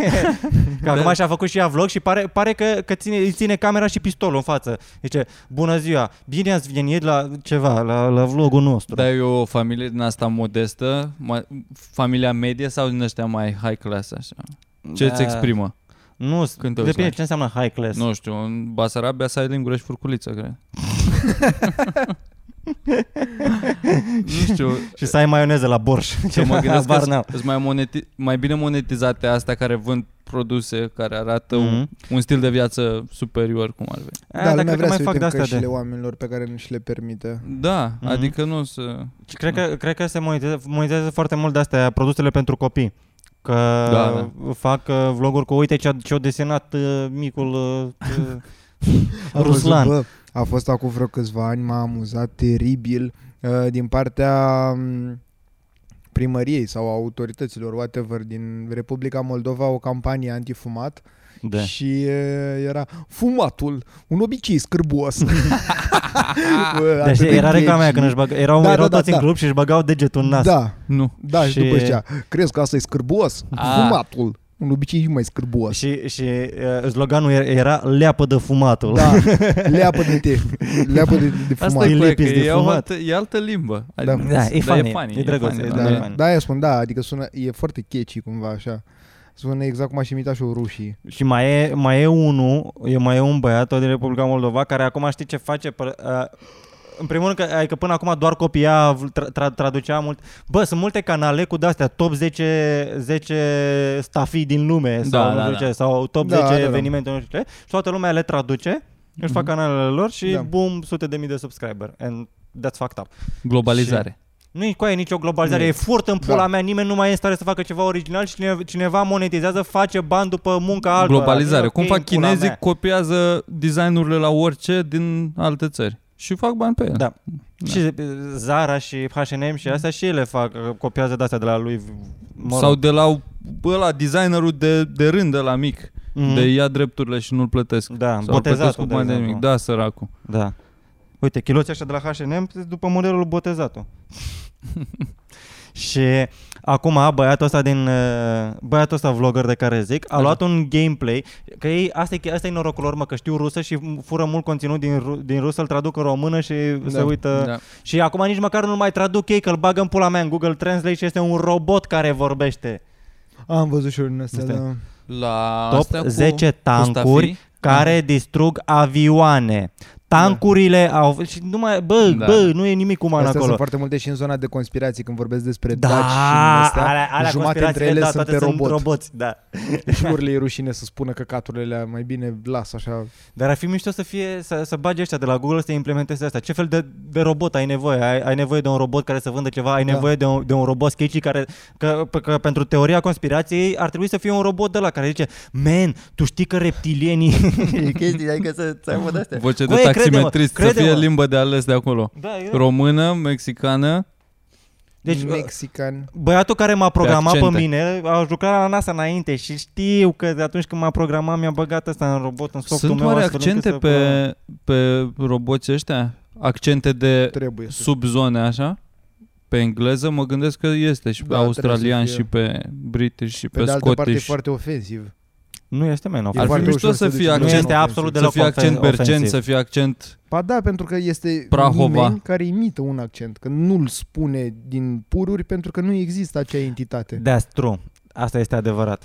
Speaker 3: că acum și-a făcut și ea vlog și pare, pare că, că ține, îi ține camera și pistolul în față. Zice, bună ziua, bine ați venit la ceva, la, la vlogul nostru.
Speaker 2: Dar e o familie din asta modestă, mai, familia medie sau din ăștia mai high class așa? Ce
Speaker 4: Da.
Speaker 3: Da.
Speaker 2: îți exprimă?
Speaker 3: Nu,
Speaker 2: Când
Speaker 3: Când
Speaker 2: te uiți
Speaker 3: depinde
Speaker 2: la-
Speaker 3: ce înseamnă high [LAUGHS] class.
Speaker 2: Nu știu, în Basarabia să ai lingură și furculiță, cred.
Speaker 3: [LAUGHS]
Speaker 2: nu știu,
Speaker 3: Și să ai maioneză la borș.
Speaker 2: ce mă gândesc
Speaker 3: Habar
Speaker 2: că
Speaker 3: n-am.
Speaker 2: sunt mai, moneti- mai bine monetizate astea care vând produse care arată mm-hmm. un,
Speaker 3: Mhm.
Speaker 2: un stil de viață superior cum ar veni.
Speaker 3: Eh,
Speaker 4: Da,
Speaker 3: dar
Speaker 4: lumea
Speaker 3: cred că
Speaker 4: vrea
Speaker 3: mai
Speaker 4: să
Speaker 3: fac de
Speaker 4: uităm
Speaker 3: astea
Speaker 4: căștile
Speaker 3: de...
Speaker 4: oamenilor pe care nu și le permite.
Speaker 2: Da, mm-hmm.
Speaker 3: Mhm.
Speaker 2: adică nu să...
Speaker 3: Cred că, cred că se monetizează, monetizează foarte mult de astea produsele pentru copii. Că
Speaker 2: Da,
Speaker 3: da, da. fac uh, vloguri cu uite ce-a, ce-a desenat uh, micul uh,
Speaker 4: [LAUGHS]
Speaker 3: uh,
Speaker 4: Am
Speaker 3: Ruslan.
Speaker 4: Văzut, bă, a fost acum vreo câțiva ani, m-a amuzat teribil uh, din partea um, primăriei sau a autorităților, whatever, din Republica Moldova, o campanie antifumat
Speaker 3: Da.
Speaker 4: și uh, era fumatul, un obicei scârbuos.
Speaker 3: [LAUGHS]
Speaker 4: Bă,
Speaker 3: Deci
Speaker 4: atât de
Speaker 3: era reclama aia
Speaker 4: catchy.
Speaker 3: când își băga, erau,
Speaker 4: Da, da,
Speaker 3: erau
Speaker 4: da,
Speaker 3: toți
Speaker 4: da.
Speaker 3: în grup și își băgau degetul în nas.
Speaker 4: Da,
Speaker 2: Nu.
Speaker 4: da, și,
Speaker 3: Și- Ah.
Speaker 4: și după aceea, crezi că asta e scârbuos?
Speaker 2: A.
Speaker 4: Fumatul, un obicei mai scârbuos.
Speaker 3: Și, și uh, sloganul era- era leapă de fumatul.
Speaker 4: Da, leapă de te, leapă de, de fumat.
Speaker 2: Asta e, corect, că
Speaker 3: lipiți de
Speaker 2: e, o
Speaker 3: fumat.
Speaker 2: altă, e altă limbă.
Speaker 4: Da.
Speaker 2: Adică-
Speaker 3: Da, e
Speaker 2: dar
Speaker 3: funny,
Speaker 2: e funny.
Speaker 3: e drăguț,
Speaker 2: funny,
Speaker 3: e
Speaker 2: da.
Speaker 3: drăguț.
Speaker 4: Da,
Speaker 3: Da.
Speaker 4: da, aia spun, da, adică sună, e foarte catchy cumva așa. Sună exact cum aș imita și o rușii.
Speaker 3: Și mai e, mai e unul, e mai e un băiat tot din Republica Moldova care acum știi ce face? Pă, uh, în primul rând că, adică până acum doar copia tra, tra, traducea mult. Bă, sunt multe canale cu de-astea, top 10, 10 stafii din lume sau,
Speaker 2: Da,
Speaker 3: nu
Speaker 2: da,
Speaker 3: știu
Speaker 2: da.
Speaker 3: Ce, sau top
Speaker 4: Da,
Speaker 3: 10
Speaker 4: da, da.
Speaker 3: evenimente, nu știu ce. Și toată lumea le traduce, își fac
Speaker 2: Mhm.
Speaker 3: canalele lor și
Speaker 4: Da.
Speaker 3: boom, sute de mii de subscriber. And that's fucked up.
Speaker 2: Globalizare.
Speaker 3: Nu e cu aia nicio globalizare, e furt în pula
Speaker 4: Da.
Speaker 3: mea, nimeni nu mai e în stare să facă ceva original și cine- cineva monetizează, face bani după munca altora.
Speaker 2: Globalizare.
Speaker 3: Nu e
Speaker 2: Cum
Speaker 3: ok
Speaker 2: fac
Speaker 3: în pula
Speaker 2: chinezii,
Speaker 3: mea.
Speaker 2: copiază designurile la orice din alte țări. Și fac bani pe ele.
Speaker 3: Da. Și e, Zara și H&M și astea și ele fac, copiază de-astea de la lui... Mă rog.
Speaker 2: Sau de la ăla, designerul de, de rând la mic, mm-hmm.
Speaker 3: Mhm.
Speaker 2: de ia drepturile și nu-l plătesc.
Speaker 3: Da,
Speaker 2: Sau îl plătesc cu
Speaker 3: botezatul, de
Speaker 2: bani de
Speaker 3: exemplu.
Speaker 2: nimic. Da, săracul.
Speaker 3: Da. Uite, chiloții ăștia de la H&M sunt după modelul [LAUGHS] botezatul. și acum băiatul ăsta din uh, băiatul ăsta vlogger de care zic, a
Speaker 2: Așa.
Speaker 3: luat un gameplay, că ei asta e asta e norocul lor, mă, că știu rusă și fură mult conținut din ru- din rusă, îl traduc în română și da. se uită. Da.
Speaker 2: Da.
Speaker 3: Și acum nici măcar nu mai traduc ei, că îl bagă în pula mea în Google Translate și este un robot care vorbește.
Speaker 4: Ah, Am văzut și eu din astea,
Speaker 3: Asta e.
Speaker 4: da.
Speaker 2: La
Speaker 3: Top
Speaker 2: astea cu-
Speaker 3: 10
Speaker 2: cu
Speaker 3: tancuri
Speaker 2: stafii.
Speaker 3: care distrug avioane. Tancurile au și nu mai bă,
Speaker 2: Da.
Speaker 3: da. bă, nu e nimic uman
Speaker 4: Astea sunt
Speaker 3: acolo.
Speaker 4: foarte multe și în zona de conspirații când vorbesc despre
Speaker 3: Da,
Speaker 4: daci și din astea,
Speaker 3: alea, alea
Speaker 4: jumate între
Speaker 3: conspirațiile,
Speaker 4: ele
Speaker 3: da,
Speaker 4: sunt pe
Speaker 3: toate
Speaker 4: robot.
Speaker 3: sunt roboți, da.
Speaker 4: și lor le e rușine să spună căcaturile alea, mai bine las
Speaker 3: [LAUGHS]
Speaker 4: așa.
Speaker 3: Dar ar fi mișto să fie să, să bagi ăștia de la Google să implementeze asta. Ce fel de, de robot ai nevoie? Ai, ai nevoie de un robot care să vândă ceva, ai
Speaker 4: Da.
Speaker 3: nevoie de un, de un robot sketchy care că, pe- că pentru teoria conspirației ar trebui să fie un robot de la care zice: "Man, tu știi că reptilienii chestii, adică să să aibă de astea."
Speaker 2: Voce de
Speaker 3: Băi, crede-mă,
Speaker 2: taximetrist, să fie
Speaker 3: crede-mă.
Speaker 2: limbă de ales de acolo.
Speaker 3: Da, e-
Speaker 2: Română, mexicană,
Speaker 3: [LAUGHS] Deci,
Speaker 4: Deci, Mexican.
Speaker 3: Băiatul care m-a programat pe,
Speaker 2: accente.
Speaker 3: mine a jucat la NASA înainte și știu că de atunci când m-a programat mi-a băgat ăsta în robot, în softul
Speaker 2: Sunt
Speaker 3: meu.
Speaker 2: oare
Speaker 3: astfel încât
Speaker 2: accente
Speaker 3: să-
Speaker 2: pe, pe roboții ăștia? Accente de
Speaker 4: Trebuie să
Speaker 2: subzone, așa? Pe engleză mă gândesc că este și pe
Speaker 4: Da, trebuie să
Speaker 2: australian
Speaker 4: fie.
Speaker 2: și pe british și pe,
Speaker 4: Pe, de altă parte e
Speaker 2: scottish.
Speaker 4: foarte ofensiv.
Speaker 3: Nu este, men,
Speaker 4: E
Speaker 2: Ar fi
Speaker 4: foarte
Speaker 2: mișto
Speaker 4: ușor
Speaker 2: să
Speaker 4: se
Speaker 2: fie
Speaker 4: duce.
Speaker 3: Nu
Speaker 2: accent-
Speaker 3: este absolut
Speaker 2: să
Speaker 3: deloc
Speaker 2: fie accent
Speaker 3: ofen-
Speaker 2: bercen,
Speaker 3: ofensiv.
Speaker 2: să fie accent...
Speaker 4: Ba da, pentru că este
Speaker 2: Prahova.
Speaker 4: nimeni care imită un accent, că nu-l spune din pururi pentru că nu există acea entitate.
Speaker 3: That's true. Asta este adevărat.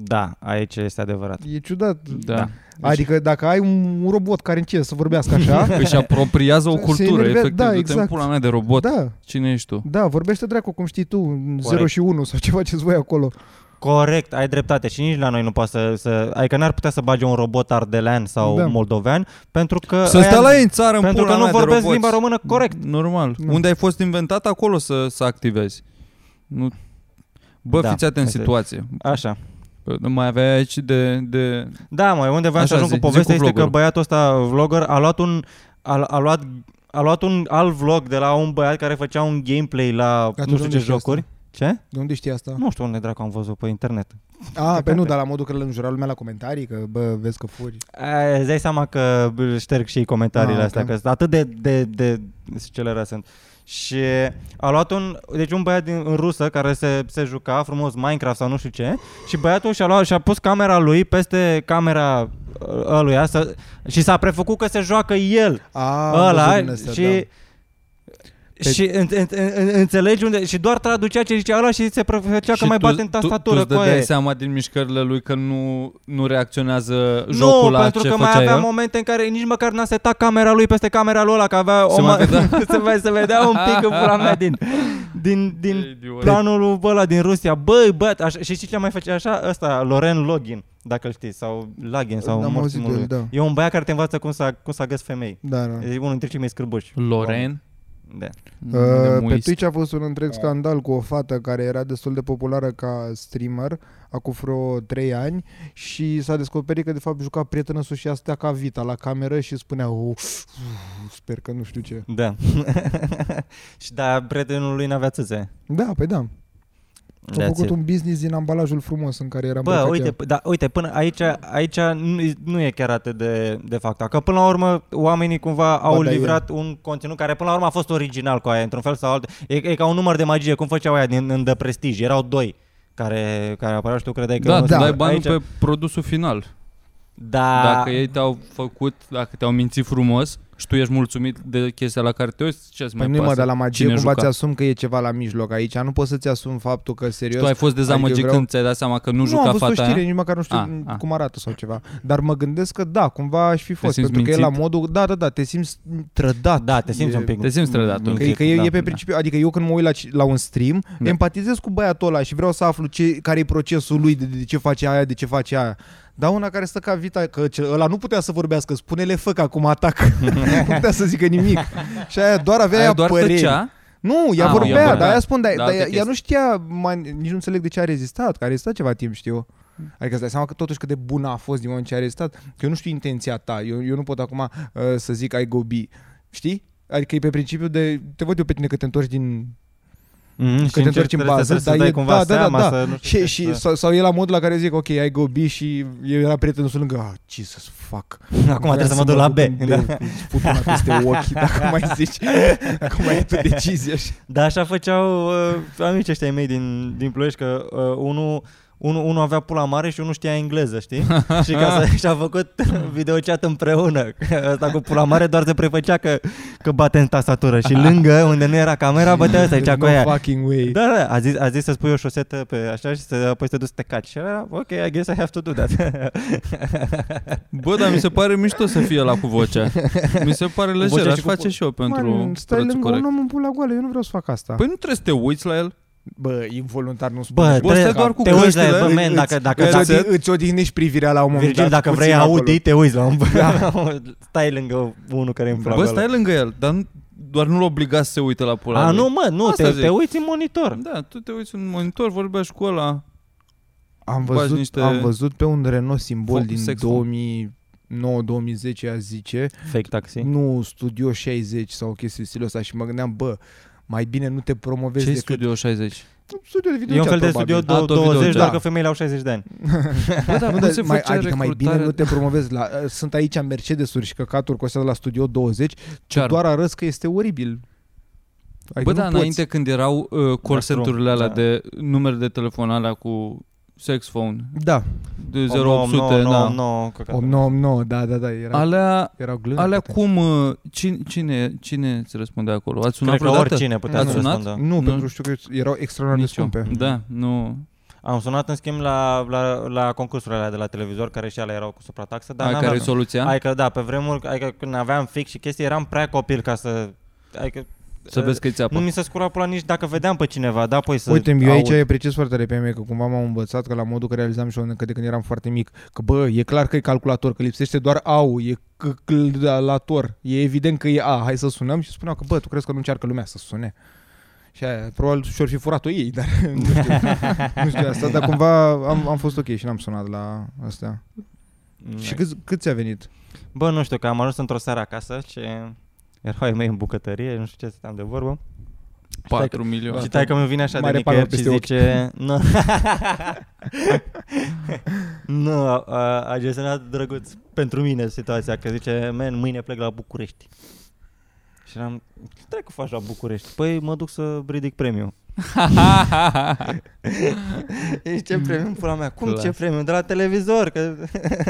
Speaker 3: Da, aici este adevărat.
Speaker 4: E ciudat.
Speaker 2: Da.
Speaker 3: Da.
Speaker 4: Adică dacă ai un un robot care începe să vorbească
Speaker 3: [LAUGHS]
Speaker 4: așa,
Speaker 2: Își apropiază o
Speaker 4: Se
Speaker 2: cultură,
Speaker 4: enervează,
Speaker 2: efectiv.
Speaker 4: da,
Speaker 2: Da, exact.
Speaker 4: exact.
Speaker 2: pula mea de robot.
Speaker 4: da,
Speaker 2: Cine ești tu?
Speaker 4: da, vorbește dracu cum știi tu, 0 și 1 sau ce faceți voi acolo.
Speaker 3: Corect, ai dreptate și nici la noi nu poate să... să adică n-ar putea să bage un robot ardelean sau
Speaker 4: Da.
Speaker 3: da. moldovean pentru că...
Speaker 2: Să
Speaker 3: aia-
Speaker 2: stea la ei în țară, în
Speaker 3: Pentru
Speaker 2: pula
Speaker 3: că nu
Speaker 2: mea de
Speaker 3: vorbesc
Speaker 2: roboți.
Speaker 3: limba română corect.
Speaker 2: Normal.
Speaker 4: Nu.
Speaker 2: Unde ai fost inventat, acolo să, să activezi. Nu... Bă, da,
Speaker 3: Da,
Speaker 2: fiți atent în
Speaker 3: asta e.
Speaker 2: situație.
Speaker 3: Așa.
Speaker 2: Nu mai avea aici de... de...
Speaker 3: Da, mă, unde vreau
Speaker 2: Așa
Speaker 3: să ajung
Speaker 2: zi,
Speaker 3: cu povestea
Speaker 2: zi cu
Speaker 3: este că
Speaker 2: vloggerul.
Speaker 3: băiatul ăsta vlogger a luat un a, a luat a luat un alt vlog de la un băiat care făcea un gameplay la
Speaker 4: Atunci
Speaker 3: nu știu
Speaker 4: unde
Speaker 3: ce
Speaker 4: știi
Speaker 3: jocuri. Ce?
Speaker 4: De unde știi asta?
Speaker 3: Nu știu unde dracu am văzut pe internet.
Speaker 4: A, pe nu, dar la modul că îl înjura lumea la comentarii, că bă, vezi că furi.
Speaker 3: A, Îți dai seama că bă, șterg și ei comentariile
Speaker 4: Ah,
Speaker 3: astea,
Speaker 4: ok.
Speaker 3: că sunt atât de, de, de, scelera sunt. Și a luat un, deci un băiat din, în rusă care se, se juca frumos Minecraft sau nu știu ce și băiatul și-a, luat, și-a pus camera lui peste camera uh, ăluia să, și s-a prefăcut că se joacă el.
Speaker 4: A, am
Speaker 3: ăla
Speaker 4: văzut din astea,
Speaker 3: și...
Speaker 6: da.
Speaker 3: Și în, în, în, înțelegi unde... Și doar traducea ce zicea ăla și se prefăcea că
Speaker 2: Și
Speaker 3: mai
Speaker 2: tu-
Speaker 3: bate în
Speaker 2: Tu
Speaker 3: tastatură
Speaker 2: îți
Speaker 3: cu aia.
Speaker 2: dădeai seama din mișcările lui că nu, nu reacționează jocul
Speaker 3: Nu,
Speaker 2: la
Speaker 3: pentru
Speaker 2: ce
Speaker 3: că mai
Speaker 2: făcea
Speaker 3: avea
Speaker 2: el?
Speaker 3: momente în care nici măcar n-a setat camera lui peste camera lui ăla, că avea o
Speaker 2: Se mai
Speaker 3: ma-
Speaker 2: vedea.
Speaker 3: [LAUGHS] se, mai, se vedea un pic în pula mea din, din, din
Speaker 2: Idiot.
Speaker 3: planul lui ăla din Rusia. Băi, bă, așa, și știi ce mai face așa? Ăsta, Loren Login, dacă îl știi, sau Lagin, sau
Speaker 6: N-am
Speaker 3: morții
Speaker 6: auzit de el,
Speaker 3: lui.
Speaker 6: da.
Speaker 3: E un băiat care te învață cum să, cum să găsi femei.
Speaker 6: Da, da.
Speaker 3: E unul dintre cei mai scârboși.
Speaker 2: Loren? Mm,
Speaker 3: Da.
Speaker 6: Uh, pe
Speaker 2: Nemuist.
Speaker 6: Twitch a fost un
Speaker 2: Da.
Speaker 6: întreg scandal cu o fată care era destul de populară ca streamer acum vreo 3 ani și s-a descoperit că de fapt juca prietena sus și astea ca Vita la cameră și spunea "Uf, uf, sper că nu știu ce.
Speaker 3: Da. [LAUGHS] și da, prietenul lui n-avea țâțe.
Speaker 6: Da, păi da.
Speaker 3: That's
Speaker 6: A făcut
Speaker 3: it.
Speaker 6: un business din ambalajul frumos în care era
Speaker 3: Bă,
Speaker 6: îmbrăcat
Speaker 3: uite,
Speaker 6: ea.
Speaker 3: p- da, uite, până aici, aici nu, nu e chiar atât de, de fact. Că până la urmă oamenii cumva au
Speaker 6: da, e.
Speaker 3: livrat un conținut care până la urmă a fost original cu aia, într-un fel sau altul. E, e ca un număr de magie, cum făceau aia din, în The Prestige, erau doi care, care apăreau și tu credeai că...
Speaker 2: Da, da,
Speaker 3: nu sunt
Speaker 2: dai bani
Speaker 3: aici.
Speaker 2: pe produsul final.
Speaker 3: Da,
Speaker 2: Dacă ei te-au făcut, dacă te-au mințit frumos și tu ești mulțumit de chestia la care te uiți, ce-ți
Speaker 4: Păi
Speaker 2: mai
Speaker 4: nu mă,
Speaker 2: pasă?
Speaker 4: dar la magie
Speaker 2: Cine
Speaker 4: cumva
Speaker 2: juca?
Speaker 4: ți-asum că e ceva la mijloc aici. Nu poți să-ți asumi faptul că serios...
Speaker 2: Tu ai fost dezamăgit
Speaker 4: Adică
Speaker 2: adică
Speaker 4: vreau-
Speaker 2: când ți-ai dat seama că nu,
Speaker 4: nu
Speaker 2: juca
Speaker 4: am văzut o
Speaker 2: fata
Speaker 4: știre,
Speaker 2: aia? Ah,
Speaker 4: nici măcar nu știu
Speaker 2: A, a.
Speaker 4: cum arată sau ceva. Dar mă gândesc că da, cumva aș fi fost.
Speaker 2: simți
Speaker 4: Pentru că e la
Speaker 2: mințit?
Speaker 4: modul... Da, da, da, te simți trădat.
Speaker 3: da, te simți
Speaker 4: E-
Speaker 3: un pic.
Speaker 2: Te simți trădat.
Speaker 3: un
Speaker 2: un
Speaker 4: Că,
Speaker 2: pic.
Speaker 4: e- că e,
Speaker 3: da,
Speaker 4: da, e pe
Speaker 3: da.
Speaker 4: principiu, adică eu când mă uit la, ci- la un stream,
Speaker 2: Da.
Speaker 4: da. empatizez cu băiatul ăla și vreau să aflu ce, care e procesul lui, de, de ce face aia, de ce face aia. Dar una care stă ca Vita, că cel, ăla nu putea să vorbească, spune-le fă că
Speaker 2: [LAUGHS]
Speaker 4: acum atac, nu putea să zică nimic. Și aia doar avea
Speaker 2: Aia
Speaker 4: aia
Speaker 2: doar
Speaker 4: păreri.
Speaker 2: tăcea.
Speaker 4: Nu, ea
Speaker 2: Ah,
Speaker 4: ah, vorbea,
Speaker 2: ea vorbea.
Speaker 4: dar aia spun, dar,
Speaker 2: Da,
Speaker 4: da, dar
Speaker 2: alte
Speaker 4: ea, ea
Speaker 2: chestii.
Speaker 4: nu știa, mai, nici nu înțeleg de ce a rezistat, că a rezistat ceva timp, știu. Adică îți dai seama că totuși cât de bună a fost din moment ce a rezistat, că eu nu știu intenția ta, eu, eu nu pot acum uh, să zic ai go be, știi? Adică e pe principiu de, te văd eu pe tine că te întorci din...
Speaker 3: Mhm, și
Speaker 4: te
Speaker 3: încerci
Speaker 4: întorci în
Speaker 3: trebuie să-
Speaker 4: bază,
Speaker 3: trebuie să
Speaker 4: dar
Speaker 3: dai
Speaker 4: e-
Speaker 3: cumva
Speaker 4: da, da, da,
Speaker 3: seama
Speaker 4: da.
Speaker 3: să nu știu
Speaker 4: Și, [LAUGHS]
Speaker 3: ce
Speaker 4: și,
Speaker 3: să- [LAUGHS]
Speaker 4: sau, sau e la modul la care zic, ok, ai go be și eu era prietenul său lângă, ah, ce să fac.
Speaker 3: Acum trebuie să mă duc la B. Da. [LAUGHS]
Speaker 4: Fut una peste ochi, dacă mai zici, dacă mai e tu decizie așa.
Speaker 3: Dar Da, așa făceau uh, amicii ăștia ai mei din, din Ploiești, că uh, unul Unu, unu avea pula mare și unul știa engleză, [LAUGHS] știi? și ca să, și-a făcut videochat împreună. Ăsta cu pula mare doar se prefăcea că, că bate în tastatură [LAUGHS] și lângă, unde nu era camera, bătea ăsta aici cu aia.
Speaker 4: No fucking way.
Speaker 3: Da, da, a zis, a zis să spui o șosetă pe așa și să, apoi să te duci să te caci. Și el era, ok, I guess I have to do that.
Speaker 2: Bă, dar mi se pare mișto să fie la cu vocea. Mi se pare lejer,
Speaker 3: vocea
Speaker 2: aș
Speaker 3: și cu
Speaker 2: face și eu pentru
Speaker 4: Man, stai
Speaker 2: prețul
Speaker 4: lângă
Speaker 2: corect.
Speaker 4: un om în pula goală, eu nu vreau să fac asta.
Speaker 2: Păi nu trebuie să te uiți la el.
Speaker 4: bă, involuntar nu spune.
Speaker 3: Bă,
Speaker 2: Bă, stai
Speaker 3: te,
Speaker 2: doar cu
Speaker 3: te uiți la
Speaker 2: căștile,
Speaker 3: el, bă,
Speaker 2: îți-
Speaker 3: man, dacă, dacă,
Speaker 2: îți-
Speaker 3: dacă,
Speaker 4: îți, odi- îți odihnești privirea la un moment
Speaker 3: Virgil,
Speaker 4: dat.
Speaker 3: dacă
Speaker 4: puțin
Speaker 3: vrei Audi,
Speaker 4: acolo.
Speaker 3: te uiți la [LAUGHS] un Da. Stai lângă unul care e în
Speaker 2: Bă, stai lângă el, dar nu- doar nu-l obligați să se uite la pula
Speaker 3: A,
Speaker 2: lui.
Speaker 3: nu, mă, nu,
Speaker 2: Asta
Speaker 3: te,
Speaker 2: zic.
Speaker 3: te uiți în monitor.
Speaker 2: Da, tu te uiți în monitor, vorbești cu ăla.
Speaker 4: Am
Speaker 2: Bagi
Speaker 4: văzut,
Speaker 2: niște-
Speaker 4: niște... am văzut pe un Renault simbol
Speaker 2: Foc-
Speaker 4: din
Speaker 2: sexul.
Speaker 4: 2009-2010, a zice,
Speaker 3: Fake taxi.
Speaker 4: nu Studio 60 sau chestii de stilul ăsta și mă gândeam, bă, mai bine nu te promovezi
Speaker 2: ce
Speaker 4: decât
Speaker 2: Studio
Speaker 4: [LAUGHS]
Speaker 2: 60?
Speaker 4: studio de video.
Speaker 3: E un fel de studio
Speaker 2: Ah, tot
Speaker 3: 20,
Speaker 2: video,
Speaker 3: doar
Speaker 2: da.
Speaker 3: că femeile au 60 de ani.
Speaker 2: Bă, dar
Speaker 4: Nu,
Speaker 2: cum
Speaker 4: dar
Speaker 2: se
Speaker 4: mai,
Speaker 2: făcea
Speaker 4: adică mai bine
Speaker 2: recrutarea-
Speaker 4: nu te promovezi la, Sunt aici Mercedes-uri și căcaturi cu astea de la Studio 20
Speaker 2: Chiar.
Speaker 4: Doar arăți că este oribil
Speaker 2: Bă,
Speaker 4: adică
Speaker 2: da,
Speaker 4: nu poți.
Speaker 2: înainte când erau uh, call
Speaker 3: Astrum,
Speaker 2: center-urile alea
Speaker 3: da.
Speaker 2: de numere de telefon alea cu sex phone,
Speaker 4: Da,
Speaker 2: de
Speaker 3: Oh,
Speaker 2: 0800,
Speaker 3: da.
Speaker 2: da.
Speaker 4: 899, da, da, da, erau,
Speaker 2: Alea,
Speaker 4: erau glâne.
Speaker 2: alea cum, uh, cine, cine, cine îți răspunde acolo? Ați sunat
Speaker 3: Cred că
Speaker 2: vreodată?
Speaker 3: oricine putea
Speaker 2: Ați
Speaker 3: să
Speaker 2: sunat?
Speaker 3: răspundă.
Speaker 4: Nu,
Speaker 2: Nu.
Speaker 4: pentru că știu că erau extraordinar de
Speaker 2: Nicio.
Speaker 4: scumpe.
Speaker 2: Da, nu.
Speaker 3: Am sunat în schimb la, la, la concursurile alea de la televizor, care și alea erau cu suprataxă, dar
Speaker 2: Ai care e
Speaker 3: n-aveam.
Speaker 2: soluția?
Speaker 3: Adică, da, pe vremuri, adică când aveam fix și chestii, eram prea copil ca să... Adică,
Speaker 2: Să vezi că ți
Speaker 3: Nu
Speaker 2: apă.
Speaker 3: mi se scura pula nici dacă vedeam pe cineva, da, apoi să
Speaker 4: Uite, eu aici
Speaker 3: aud.
Speaker 4: apreciez foarte tare pe mine că cumva m-am învățat că la modul că realizam și eu încă de când eram foarte mic, că bă, e clar că e calculator, că lipsește doar AU, e calculator, e evident că e A, hai să sunăm și spuneau că bă, tu crezi că nu încearcă lumea să sune. Și aia, probabil și-or fi furat-o ei, dar [LAUGHS] nu știu, nu știu asta, dar cumva am, am fost ok și n-am sunat la astea.
Speaker 3: Mm.
Speaker 4: Și cât, cât ți-a venit?
Speaker 3: Bă, nu știu, că am ajuns într-o seară acasă și erau ai mei în bucătărie, nu știu ce, stăteam de vorbă.
Speaker 2: 4 milioane.
Speaker 3: și tai că mi vine așa
Speaker 4: Mare
Speaker 3: de
Speaker 4: palmă
Speaker 3: nicăieri și
Speaker 4: peste ochi.
Speaker 3: zice... [LAUGHS] Nu, nu a, a gestionat drăguț pentru mine situația, că zice, man, mâine plec la București. Și eram, ce dracu faci la București? Păi mă duc să ridic premiu. Ești Păi, ce premiu, pula mea? Cum
Speaker 2: Clar.
Speaker 3: ce premiu? De la televizor. Că...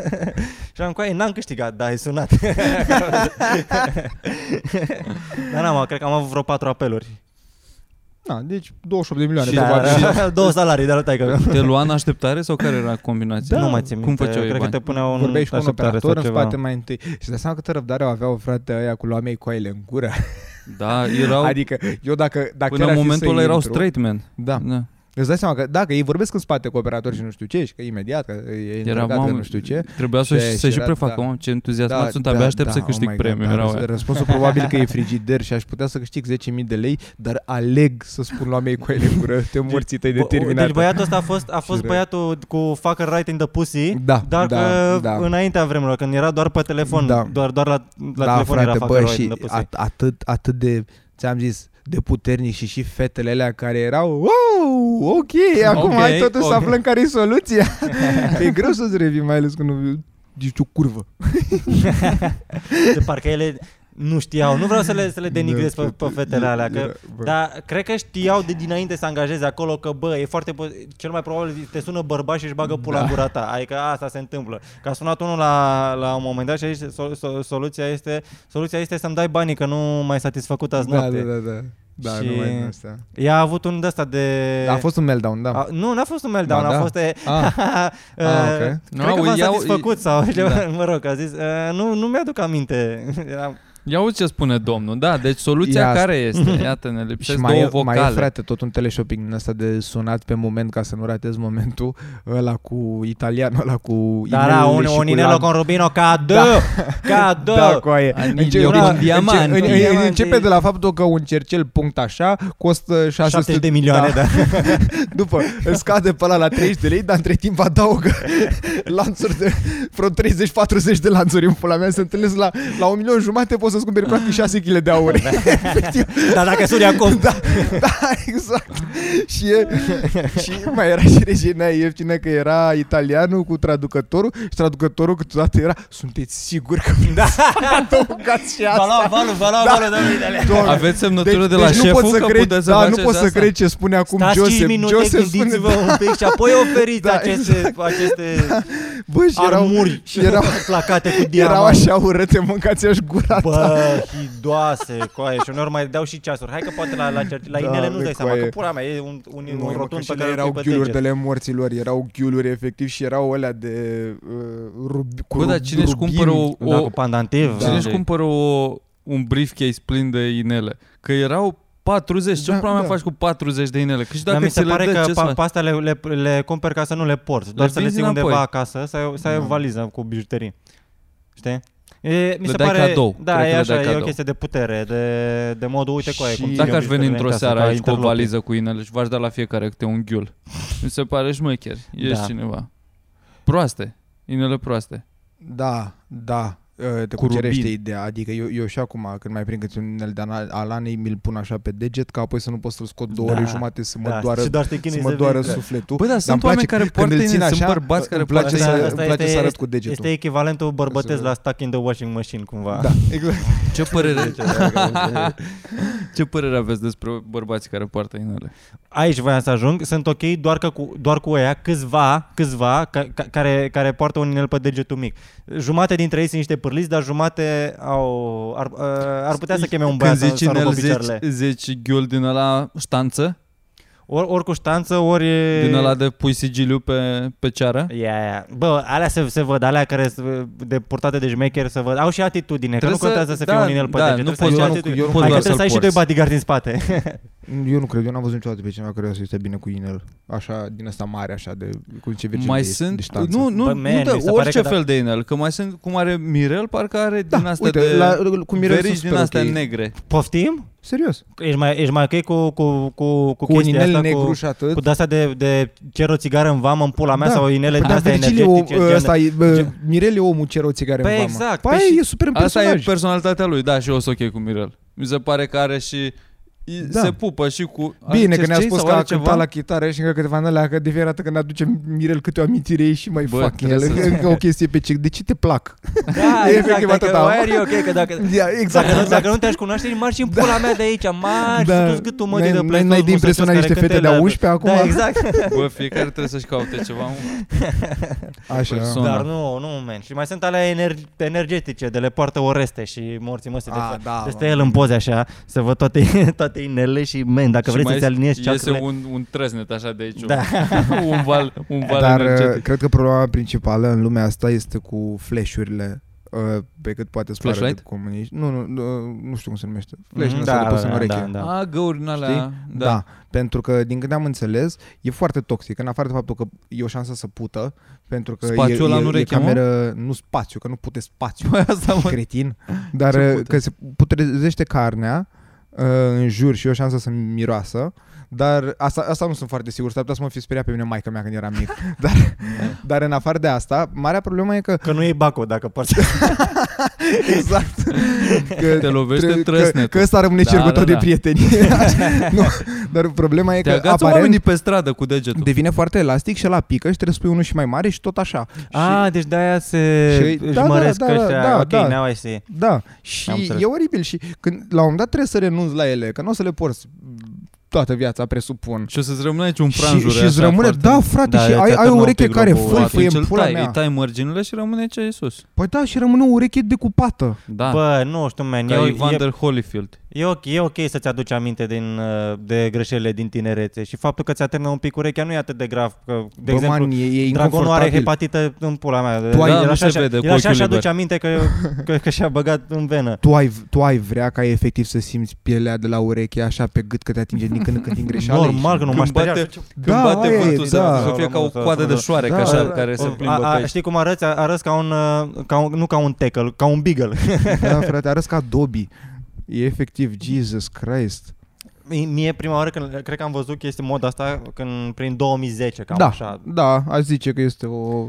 Speaker 3: [LAUGHS] Și am coaie, n-am câștigat, dar ai sunat. [LAUGHS] dar Da, n-am, cred că am avut vreo patru apeluri.
Speaker 4: Na, deci 28 de milioane.
Speaker 2: Și-
Speaker 4: Da.
Speaker 3: Dar,
Speaker 2: probabil
Speaker 3: [LAUGHS] două salarii, dar uite că...
Speaker 2: [LAUGHS]
Speaker 3: [LAUGHS]
Speaker 2: Te lua în așteptare sau care era combinația?
Speaker 3: Da. nu mai țin
Speaker 2: Cum
Speaker 3: minte,
Speaker 2: făceau ei
Speaker 3: Cred că
Speaker 2: bani?
Speaker 3: te puneau în
Speaker 4: Vorbeai și cu un
Speaker 3: așteptare
Speaker 4: operator în
Speaker 3: sau ceva.
Speaker 4: spate mai întâi. Și de seama câtă răbdare o aveau frate aia cu luamei coaile în gură.
Speaker 2: Da, erau...
Speaker 4: [LAUGHS] Adică eu dacă, dacă
Speaker 2: Până
Speaker 4: era
Speaker 2: în
Speaker 4: și
Speaker 2: momentul
Speaker 4: să
Speaker 2: ăla erau
Speaker 4: intru-
Speaker 2: straight men.
Speaker 4: Da.
Speaker 2: Da.
Speaker 4: Îți dai seama că dacă ei vorbesc în spate cu operator și nu știu ce, și că imediat, că e
Speaker 2: Era,
Speaker 4: întrebat că
Speaker 2: mamă,
Speaker 4: nu știu ce.
Speaker 2: Trebuia să
Speaker 4: Și aia
Speaker 2: și, să
Speaker 4: și
Speaker 2: și
Speaker 4: era-
Speaker 2: prefacă,
Speaker 4: da.
Speaker 2: mamă, ce entuziasmat sunt, abia aștept să câștig
Speaker 4: my God,
Speaker 2: premiul.
Speaker 4: da,
Speaker 2: erau
Speaker 4: răs-
Speaker 2: aia.
Speaker 4: Răspunsul probabil
Speaker 2: [LAUGHS]
Speaker 4: că e frigider și aș putea să câștig 10.000 de lei, dar aleg să spun la mei cu ele în gură, te morții tăi
Speaker 3: Bă,
Speaker 4: determinat.
Speaker 3: Deci băiatul ăsta a fost, a fost
Speaker 4: Și rău.
Speaker 3: băiatul cu fucker right in the pussy,
Speaker 4: Da,
Speaker 3: dar
Speaker 4: da,
Speaker 3: că
Speaker 4: da.
Speaker 3: înaintea vremurilor, când era doar pe telefon,
Speaker 4: Da.
Speaker 3: doar, doar la, la
Speaker 4: da,
Speaker 3: telefon
Speaker 4: frate,
Speaker 3: era fucker
Speaker 4: bă,
Speaker 3: right in
Speaker 4: și
Speaker 3: the pussy.
Speaker 4: at- atât, atât de, ți-am zis, de puternic și și fetele alea care erau wow, ok, acum
Speaker 2: Ok,
Speaker 4: hai totuși să
Speaker 2: ok.
Speaker 4: aflăm care e
Speaker 3: [LAUGHS]
Speaker 4: soluția. e greu să-ți revii, mai ales când nu ești o curvă.
Speaker 3: De parcă ele nu știau, nu vreau să le, să le denigrez pe, pe fetele alea, că,
Speaker 4: bă.
Speaker 3: dar cred că știau de dinainte să angajeze acolo că, bă, e foarte, po- cel mai probabil te sună bărbat și își bagă pula da. în gura ta, adică asta se întâmplă. Că a sunat unul la, la un moment dat și a zis, "Sol- sol- soluția este, soluția este să-mi dai banii, că nu mai satisfăcut azi
Speaker 4: Da,
Speaker 3: noapte.
Speaker 4: da, da, da. Da,
Speaker 3: Și-
Speaker 4: nu mai din astea.
Speaker 3: Ea a avut un de asta de...
Speaker 4: A fost un meltdown, da.
Speaker 3: A, nu, n-a fost un meltdown,
Speaker 4: Ba
Speaker 3: a
Speaker 4: da.
Speaker 3: fost... E, [LAUGHS]
Speaker 4: Ah. Ah, ok.
Speaker 3: Cred
Speaker 2: Nu,
Speaker 3: că v-am
Speaker 2: iau-
Speaker 3: satisfăcut sau
Speaker 2: Da.
Speaker 3: mă rog, a zis, "Uh, nu, nu mi-aduc aminte. [LAUGHS] Eram-
Speaker 2: Ia uite ce spune domnul. Da, deci soluția
Speaker 4: Ia asta.
Speaker 2: care este? Iată, ne
Speaker 4: Și
Speaker 2: lipsesc
Speaker 4: mai
Speaker 2: două
Speaker 4: e,
Speaker 2: vocale.
Speaker 4: mai e, frate, tot un teleshopping din asta de sunat pe moment ca să nu ratezi momentul ăla cu italianul, ăla cu
Speaker 3: Dar da, un,
Speaker 4: și
Speaker 3: un
Speaker 4: cu
Speaker 3: inelo
Speaker 4: lam-
Speaker 3: con Rubino, cadou, cadou.
Speaker 4: Da, cu aia.
Speaker 2: Anilul
Speaker 4: Înce-
Speaker 2: cu
Speaker 4: înce-
Speaker 2: un diamant.
Speaker 4: înce- în- în-
Speaker 3: Diamant.
Speaker 4: Începe de la faptul că un cercel punct așa costă 600
Speaker 3: 70 de milioane, da.
Speaker 4: [LAUGHS] După, îl scade pe ăla la 30 de lei, dar între timp adaugă [LAUGHS] lanțuri de vreo 30-40 de lanțuri în pula mea. Se întâlnesc la, la un milion jumate, poți să-ți cumperi practic 6 kg de
Speaker 3: [LAUGHS]
Speaker 4: aur.
Speaker 3: Dar dacă suri acum,
Speaker 4: [LAUGHS] Da, da, exact. Și, e, și mai era și regina ieftină că era italianul cu traducătorul și traducătorul câteodată era sunteți siguri
Speaker 2: [LAUGHS]
Speaker 4: că da. adăugați și
Speaker 3: vă
Speaker 4: asta?
Speaker 3: lua valul, vă lua
Speaker 4: Da.
Speaker 3: valul, domnule.
Speaker 4: Doamne.
Speaker 2: Aveți
Speaker 4: Deci,
Speaker 2: semnătură
Speaker 4: deci
Speaker 2: de la
Speaker 4: nu
Speaker 2: șeful
Speaker 4: pot să
Speaker 2: că
Speaker 4: crezi,
Speaker 2: puteți să
Speaker 4: da, nu
Speaker 2: faceți
Speaker 4: pot să
Speaker 2: asta?
Speaker 4: crezi ce spune acum
Speaker 3: Stați 5
Speaker 4: Joseph.
Speaker 3: minute,
Speaker 4: Joseph spune,
Speaker 3: gândiți-vă un pic și apoi oferiți
Speaker 4: Da,
Speaker 3: aceste, aceste
Speaker 4: bă, și erau,
Speaker 3: armuri
Speaker 4: și erau,
Speaker 3: [LAUGHS] placate cu diamant.
Speaker 4: erau așa da. urâte, mâncați-aș gura ta.
Speaker 3: Bă, hidoase, coaie, și uneori mai dau și ceasuri. Hai că poate la, la, cer- la
Speaker 4: Da,
Speaker 3: inele nu-ți
Speaker 4: bă,
Speaker 3: dai seama,
Speaker 4: coaie.
Speaker 3: că pula mea e un, un, un
Speaker 4: mă, că
Speaker 3: rotund
Speaker 4: și
Speaker 3: pe
Speaker 4: ele
Speaker 3: care
Speaker 4: erau
Speaker 3: îl pui pe
Speaker 4: ghiuluri
Speaker 3: deget.
Speaker 4: de ale morților, erau ghiuluri efectiv și erau alea de uh, rubi, cu
Speaker 2: Bă, dar
Speaker 4: rub-
Speaker 2: cine își
Speaker 4: rubin.
Speaker 2: cumpără o,
Speaker 3: Da,
Speaker 2: o,
Speaker 3: cu pandantiv.
Speaker 2: cine
Speaker 3: Da.
Speaker 2: își cumpără o, un briefcase plin de inele? Că erau 40, ce
Speaker 4: Da,
Speaker 2: problema
Speaker 4: da.
Speaker 2: faci cu 40 de inele? Da, Că și
Speaker 3: Dar
Speaker 2: dacă
Speaker 3: mi se
Speaker 2: ți le dă,
Speaker 3: pare că
Speaker 2: ce
Speaker 3: pa-
Speaker 2: să
Speaker 3: pe astea le, le, le cumperi ca să nu le porți, doar
Speaker 2: Le
Speaker 3: să le
Speaker 2: vinzi
Speaker 3: ții undeva
Speaker 2: înapoi. Mm.
Speaker 3: acasă, să ai, să ai o valiză cu bijuterii. Știi? E, mi
Speaker 2: Le
Speaker 3: se
Speaker 2: dai
Speaker 3: pare,
Speaker 2: cadou.
Speaker 3: Da,
Speaker 2: Cred că
Speaker 3: e
Speaker 2: le
Speaker 3: așa,
Speaker 2: dai
Speaker 3: e
Speaker 2: cadou.
Speaker 3: o chestie de putere, de, de modul, uite cu aia.
Speaker 4: Și-
Speaker 3: cum țin
Speaker 2: Dacă
Speaker 3: eu
Speaker 2: aș veni
Speaker 3: bijuteriile
Speaker 2: într-o
Speaker 3: în casă,
Speaker 2: seară
Speaker 3: ca
Speaker 2: aici cu o
Speaker 3: interlopi.
Speaker 2: valiză cu inele și v-aș da la fiecare câte un ghiul. Mi se pare șmecher. Ești
Speaker 3: Da.
Speaker 2: cineva. Proaste. Inele proaste.
Speaker 4: Da, da. uh, Te
Speaker 2: Cu
Speaker 4: cucerește
Speaker 2: rubin.
Speaker 4: ideea. Adică eu, eu și acum, când mai prind câte un inel de ana- alanei, mi-l pun așa pe deget, ca apoi să nu pot să-l scot două
Speaker 3: Da,
Speaker 4: ore jumate să mă
Speaker 3: Da,
Speaker 4: doară,
Speaker 3: și doar te
Speaker 4: să
Speaker 3: chinui
Speaker 4: mă
Speaker 3: să
Speaker 4: doară
Speaker 3: vezi.
Speaker 4: sufletul.
Speaker 2: Bă, dar
Speaker 4: Dar îmi
Speaker 2: sunt oameni
Speaker 4: place
Speaker 2: care
Speaker 4: când
Speaker 2: poartă
Speaker 4: îl
Speaker 2: inele,
Speaker 4: țin
Speaker 2: sunt
Speaker 4: așa,
Speaker 2: bărbați care
Speaker 4: îmi place
Speaker 2: poartă
Speaker 4: să-
Speaker 2: inele. Da,
Speaker 4: îmi place să arăt cu degetul.
Speaker 3: Este echivalentul bărbătesc la stuck in the washing machine, cumva.
Speaker 4: Da, exact.
Speaker 2: Ce
Speaker 4: [LAUGHS]
Speaker 2: părere,
Speaker 3: Deci, dacă-
Speaker 2: [LAUGHS] ce părere aveți despre bărbații care poartă inele?
Speaker 3: Aici voiam să ajung, sunt ok doar, că cu, doar cu ea, câțiva, câțiva ca, ca, care, care poartă un inel pe degetul mic. Jumate dintre ei sunt niște pârliți, dar jumate au, ar, uh, ar putea să cheme un băiat
Speaker 2: Când
Speaker 3: să,
Speaker 2: zici
Speaker 3: să rupă
Speaker 2: inel,
Speaker 3: picioarele.
Speaker 2: zici, zici ghiul din ăla ștanță?
Speaker 3: Ori, ori cu ștanță, ori...
Speaker 2: Din ăla de pui sigiliu pe, pe ceară?
Speaker 3: Yeah, yeah. Bă, alea se, se văd, alea care sunt de purtate de jmecher se văd. Au și atitudine, că nu
Speaker 2: Trebuie
Speaker 3: contează să, fie
Speaker 2: da,
Speaker 3: un inel pe
Speaker 2: da,
Speaker 3: deget.
Speaker 2: nu
Speaker 3: trebuie
Speaker 2: poți
Speaker 3: să
Speaker 2: doar-
Speaker 3: ai și
Speaker 2: nu-
Speaker 3: atitudine.
Speaker 2: nu poți
Speaker 3: Adică
Speaker 2: doar
Speaker 3: trebuie să ai și doi
Speaker 2: porți.
Speaker 3: bodyguard din spate. [LAUGHS]
Speaker 4: Eu nu cred, eu n-am văzut niciodată pe cineva care să este bine cu inel. Așa, din asta mare, așa, de, cu ce virgine
Speaker 2: mai
Speaker 4: de, de
Speaker 2: sunt,
Speaker 4: ștanță.
Speaker 2: nu, nu,
Speaker 3: Bă, man,
Speaker 2: nu dă
Speaker 3: mi se pare
Speaker 2: orice
Speaker 3: că da.
Speaker 2: fel de inel, că mai sunt, cum are Mirel, parcă are din
Speaker 4: Da,
Speaker 2: astea
Speaker 4: uite,
Speaker 2: de
Speaker 4: la, cu Mirel sunt
Speaker 2: verici din
Speaker 4: super
Speaker 2: astea
Speaker 4: ok.
Speaker 2: negre.
Speaker 3: Poftim?
Speaker 4: Serios.
Speaker 3: Ești mai, ești mai ok cu, cu, cu, cu,
Speaker 4: Cu un
Speaker 3: chestia
Speaker 4: inel
Speaker 3: asta,
Speaker 4: negru
Speaker 3: cu,
Speaker 4: și atât.
Speaker 3: Cu de de, de cer o țigară în vamă în pula mea
Speaker 4: Da.
Speaker 3: da. sau inele din
Speaker 4: Păi,
Speaker 3: astea
Speaker 4: dar Virgil e om-
Speaker 3: energetice. gen-
Speaker 4: ăsta e, bă,
Speaker 3: gen-
Speaker 4: Mirel e omul ce roții care
Speaker 3: Păi
Speaker 4: în vamă.
Speaker 3: exact,
Speaker 4: Păi
Speaker 3: păi și-
Speaker 4: e super în
Speaker 2: Asta e
Speaker 4: personaj.
Speaker 2: personalitatea lui, da, și eu sunt ok cu Mirel. Mi se pare că are și I-
Speaker 4: Da.
Speaker 2: Se pupă și cu...
Speaker 4: Bine
Speaker 3: Adică
Speaker 2: Are
Speaker 4: că ne-a
Speaker 2: cercei
Speaker 4: spus
Speaker 2: sau
Speaker 4: că a
Speaker 2: are ceva?
Speaker 4: cântat la chitară și încă câteva în alea, că de fiecare dată când aduce Mirel câte o amintire e și mai
Speaker 2: Bă,
Speaker 4: fac
Speaker 2: trebuie
Speaker 4: el.
Speaker 2: să-
Speaker 4: Încă o chestie pe cec. De ce te plac? [LAUGHS]
Speaker 3: Da,
Speaker 4: Efectiv,
Speaker 3: exact, dacă
Speaker 4: atâta.
Speaker 3: wire e ok, că dacă...
Speaker 4: [LAUGHS] Ia, exact.
Speaker 3: Dacă, nu, dacă nu te-aș cunoaște, marci în pula mea de aici, marci,
Speaker 4: Da.
Speaker 3: da. tu gâtul mă
Speaker 4: N-ai-
Speaker 3: de
Speaker 4: n-ai-
Speaker 3: play
Speaker 4: n-ai de impresiona niște fete de-a 11 acum?
Speaker 3: Da,
Speaker 4: [LAUGHS]
Speaker 3: exact.
Speaker 2: Bă, fiecare trebuie să-și caute ceva. mă.
Speaker 3: Păi
Speaker 4: Așa.
Speaker 2: Persoană.
Speaker 3: Dar nu, nu, man. Și mai sunt alea ener- energetice, de le poartă oreste și morții măse de
Speaker 4: Ah,
Speaker 3: fel.
Speaker 4: da,
Speaker 3: Deci
Speaker 4: mă.
Speaker 3: stă el în poze așa, să văd toate, [LAUGHS] toate inelele și, man, dacă
Speaker 2: Și
Speaker 3: vrei să-ți
Speaker 2: mai
Speaker 3: aliniezi
Speaker 2: Iese
Speaker 3: ceacrele...
Speaker 2: un, un trăsnet așa de aici.
Speaker 3: Da.
Speaker 2: [LAUGHS] un val, un val
Speaker 4: Dar uh,
Speaker 2: energetic.
Speaker 4: cred că problema principală în lumea asta este cu flashurile uh, pe cât poate să pară de
Speaker 2: Flashlight?
Speaker 4: comuniști. Nu, nu, nu, nu știu cum se numește. Flash,
Speaker 3: Mhm,
Speaker 4: mm, da, pus în ureche.
Speaker 3: da, da.
Speaker 2: A, găuri în alea.
Speaker 4: Da. da, pentru că din câte am înțeles, e foarte toxic, în afară de faptul că e o șansă să pută, pentru că
Speaker 2: Spațiul
Speaker 4: e,
Speaker 2: ăla
Speaker 4: e,
Speaker 2: în ureche,
Speaker 4: e
Speaker 2: mă?
Speaker 4: cameră, nu spațiu, că nu pute
Speaker 2: [LAUGHS]
Speaker 4: spațiu,
Speaker 2: Păi [LAUGHS] asta, mă.
Speaker 4: cretin, dar
Speaker 2: Ce
Speaker 4: uh,
Speaker 2: pute?
Speaker 4: că se putrezește carnea uh, în jur și e o șansă să miroasă. Dar asta, asta nu sunt foarte sigur, s-ar putea să mă fi speriat pe mine maica mea când eram mic. [LAUGHS] Dar, dar în afară de asta, marea problemă e
Speaker 2: [LAUGHS]
Speaker 4: că
Speaker 3: Că nu e baco dacă poți.
Speaker 4: Exact. [LAUGHS] Că
Speaker 2: Te lovește
Speaker 4: tre-
Speaker 2: trăsnetul.
Speaker 4: Că, că ăsta rămâne
Speaker 2: Da,
Speaker 4: cercul
Speaker 2: da,
Speaker 4: tot de
Speaker 2: da.
Speaker 4: prieteni.
Speaker 2: [LAUGHS]
Speaker 4: [LAUGHS] nu, dar problema e
Speaker 2: Te
Speaker 4: că
Speaker 2: agață
Speaker 4: aparent
Speaker 2: oamenii pe stradă cu degetul.
Speaker 4: devine foarte elastic și la pică și trebuie să pui unul și mai mare și tot așa.
Speaker 3: A, deci de-aia se
Speaker 4: Și-
Speaker 3: își
Speaker 4: da, da,
Speaker 3: măresc
Speaker 4: da, da,
Speaker 3: ăștia.
Speaker 4: da,
Speaker 3: ok,
Speaker 4: da.
Speaker 3: now I see.
Speaker 4: Da, și
Speaker 3: Am înțeles.
Speaker 4: e oribil și când la un moment dat trebuie să renunți la ele, că nu o să le porți toată viața, presupun.
Speaker 2: Și o să-ți rămână aici un
Speaker 4: Și,
Speaker 2: pranjure
Speaker 4: și îți
Speaker 2: așa
Speaker 4: rămâne,
Speaker 2: foarte-
Speaker 4: da frate,
Speaker 3: Da,
Speaker 4: și
Speaker 3: ți-a
Speaker 4: ai, ai o
Speaker 3: turnat
Speaker 4: ureche
Speaker 3: pe
Speaker 4: care
Speaker 3: globul
Speaker 4: făi,
Speaker 3: ăla,
Speaker 4: făi
Speaker 2: Atunci
Speaker 4: în
Speaker 2: îl
Speaker 4: pula
Speaker 2: tai, îi
Speaker 4: mea.
Speaker 2: tai mărginile și rămâne aici e sus.
Speaker 4: Păi da, și rămâne o ureche decupată.
Speaker 2: Da.
Speaker 3: Bă, nu știu, man,
Speaker 2: Ca
Speaker 3: eu, e,
Speaker 2: Evander Holyfield.
Speaker 3: e, ok, e ok să-ți aduci aminte din, uh, de greșelile din tinerețe și faptul că ți-a terminat un pic urechea nu e atât de grav. Că, de
Speaker 4: Bă,
Speaker 3: exemplu,
Speaker 4: man, e, e
Speaker 3: Dragonul are
Speaker 4: inconfortabil.
Speaker 3: hepatită în pula mea.
Speaker 4: Tu ai-
Speaker 3: El
Speaker 2: Da, nu
Speaker 3: așa,
Speaker 2: se vede cu
Speaker 3: el așa
Speaker 2: ochiul
Speaker 3: și
Speaker 2: liber.
Speaker 3: aduce aminte că, că, că și-a băgat în venă.
Speaker 4: [LAUGHS] tu ai, tu ai vrea ca efectiv să simți pielea de la ureche așa pe gât că te atinge din când în când din greșeală?
Speaker 3: Normal că nu
Speaker 2: Când
Speaker 3: m-aș
Speaker 2: bate-
Speaker 3: speria.
Speaker 2: Când
Speaker 4: Da,
Speaker 2: bate
Speaker 4: aia e,
Speaker 2: vântul,
Speaker 4: da.
Speaker 2: să, să fie ca o coadă de șoarec
Speaker 4: Da,
Speaker 2: așa,
Speaker 4: da.
Speaker 2: care se
Speaker 3: O-
Speaker 2: plimbă
Speaker 3: a,
Speaker 2: pe
Speaker 3: a,
Speaker 2: aici.
Speaker 3: știi cum arăți? A- Arăți ca un, uh, ca un, nu ca un tackle, ca un beagle.
Speaker 4: Da, frate, arăți ca Dobby. E efectiv, Jesus Christ.
Speaker 3: Mie- Mie prima oară când cred că am văzut chestia moda asta când prin 2010 cam
Speaker 4: da,
Speaker 3: așa,
Speaker 4: da, aș zice că este o...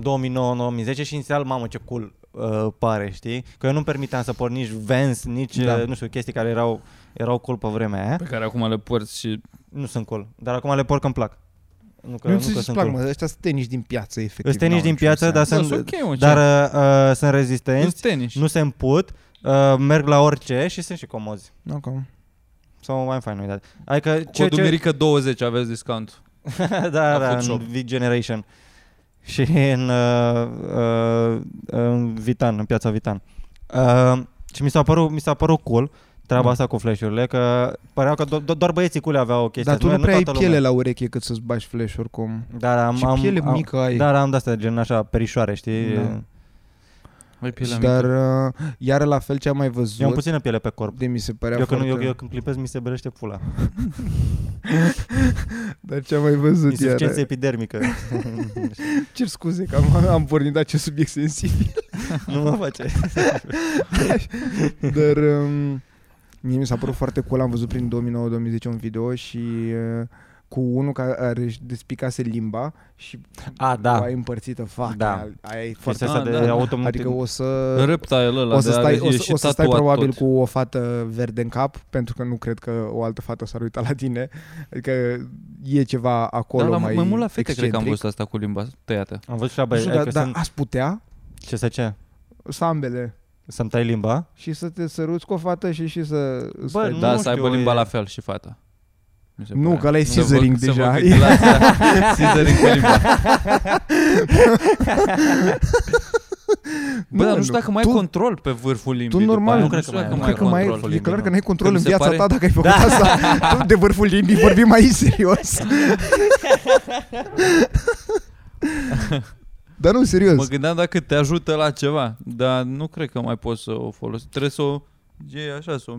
Speaker 3: 2009-2010 și inițial, mamă ce cool uh, pare, știi? Că eu nu-mi permiteam să porn nici Vans, nici,
Speaker 4: Da. Păi-
Speaker 3: uh, nu știu, chestii care erau, erau cool pe vremea aia.
Speaker 2: Pe care acum le porți și...
Speaker 3: Nu sunt cool, dar acum le porc că îmi plac. Nu că,
Speaker 4: nu
Speaker 3: nu că
Speaker 4: știu ce
Speaker 3: sunt
Speaker 4: plac,
Speaker 3: cool.
Speaker 4: mă, ăștia sunt tenis din piață, efectiv.
Speaker 3: Sunt tenis
Speaker 4: n-au
Speaker 3: din
Speaker 4: niciun
Speaker 3: piață,
Speaker 4: sens.
Speaker 3: dar
Speaker 2: Da,
Speaker 3: sunt,
Speaker 2: sunt ok, mă, ce-
Speaker 3: dar uh, uh, sunt
Speaker 2: Nu
Speaker 3: rezistenți,
Speaker 2: tenis.
Speaker 3: nu se împut, uh, merg la orice și sunt și comozi.
Speaker 4: Ok.
Speaker 3: Sau mai fain uitat. Adică ce,
Speaker 2: Codul
Speaker 3: ce...
Speaker 2: Mirica 20 aveți discount.
Speaker 3: [LAUGHS] da, da,
Speaker 2: Food
Speaker 3: în
Speaker 2: Shop.
Speaker 3: V-Generation. [LAUGHS] Și în, uh, uh, în Vitan, în piața Vitan. Uh, și mi s-a părut, mi s-a părut cool treaba
Speaker 4: Mm.
Speaker 3: asta cu flash-urile, că păreau că do- do- doar băieții cool aveau o chestie.
Speaker 4: Dar tu nu
Speaker 3: asemenea,
Speaker 4: prea ai
Speaker 3: toată
Speaker 4: piele
Speaker 3: lumea.
Speaker 4: la ureche cât să-ți bagi flash oricum.
Speaker 3: Dar am,
Speaker 4: Și
Speaker 3: am,
Speaker 4: piele
Speaker 3: am, da,
Speaker 4: mică ai.
Speaker 3: Dar am de-astea, gen așa, perișoare, știi?
Speaker 4: Da.
Speaker 3: Da.
Speaker 2: Ai pielea
Speaker 4: Dar
Speaker 2: mică.
Speaker 4: uh, iară la fel ce am mai
Speaker 3: Eu am
Speaker 4: văzut,
Speaker 3: puțină piele pe corp.
Speaker 4: de mi se părea
Speaker 3: Eu când,
Speaker 4: foarte...
Speaker 3: eu, eu când clipez mi se bărește pula.
Speaker 4: Dar ce am mai văzut
Speaker 3: Insuficiență
Speaker 4: iară?
Speaker 3: epidermică.
Speaker 4: [LAUGHS] Cer scuze că am, am pornit acest subiect sensibil.
Speaker 3: [LAUGHS] nu mă face.
Speaker 4: Dar um, mie mi s-a părut foarte cool, am văzut prin 2009-2010 un video și uh, cu unul care își despicase limba și
Speaker 3: A, da.
Speaker 4: o ai împărțită, fac,
Speaker 3: Da.
Speaker 4: aia, aia e foarte...
Speaker 3: Chestia asta
Speaker 2: Ah,
Speaker 3: de
Speaker 2: da, da.
Speaker 3: automutil.
Speaker 4: Adică o să...
Speaker 2: Reptile ăla
Speaker 4: O să
Speaker 2: de
Speaker 4: stai,
Speaker 2: are,
Speaker 4: o
Speaker 2: e
Speaker 4: să,
Speaker 2: și
Speaker 4: o să stai
Speaker 2: tatuat
Speaker 4: probabil
Speaker 2: tot.
Speaker 4: cu o fată verde în cap, pentru că nu cred că o altă fată s-ar uita la tine. Adică e ceva acolo
Speaker 2: Dar Da, la,
Speaker 4: mai,
Speaker 2: mai mult la fete
Speaker 4: excentric.
Speaker 2: cred că am văzut asta cu limba tăiată.
Speaker 3: Am văzut și la
Speaker 4: Nu
Speaker 3: băieți.
Speaker 4: știu, dar
Speaker 3: Adică
Speaker 4: da,
Speaker 3: sunt-
Speaker 4: ați putea
Speaker 3: Ce să ce?
Speaker 4: să ambele
Speaker 3: Să-mi tai limba?
Speaker 4: și să te săruți cu o fată și și să...
Speaker 3: Bă,
Speaker 4: să
Speaker 3: Nu
Speaker 2: Da, să
Speaker 3: știu,
Speaker 2: aibă limba
Speaker 3: e-
Speaker 2: la fel și fata. Mi se
Speaker 4: Nu,
Speaker 2: pare.
Speaker 4: că ăla e
Speaker 2: Să vă-
Speaker 4: scissoring
Speaker 2: să vă
Speaker 4: deja. [LAUGHS]
Speaker 2: gândiți la [LAUGHS] asta. Scissoring cu limba. Bă, dar nu știu dacă mai ai
Speaker 4: tu-
Speaker 2: control pe vârful limbii.
Speaker 4: Tu
Speaker 2: după
Speaker 4: normal,
Speaker 2: aia.
Speaker 3: nu cred că
Speaker 2: știu
Speaker 3: mai
Speaker 2: dacă
Speaker 3: ai.
Speaker 4: cred că mai
Speaker 2: control
Speaker 4: e
Speaker 2: limbii.
Speaker 4: clar că n-ai control
Speaker 2: Că
Speaker 4: în
Speaker 2: mi se
Speaker 4: viața
Speaker 2: pare- Da.
Speaker 4: ta dacă ai făcut asta.
Speaker 2: [LAUGHS]
Speaker 4: Tu de vârful limbii vorbim mai serios. Dar nu,
Speaker 2: Mă
Speaker 4: serios.
Speaker 2: gândeam dacă te ajută la ceva, dar nu cred că mai poți să o folosești. Trebuie să o iei așa, să o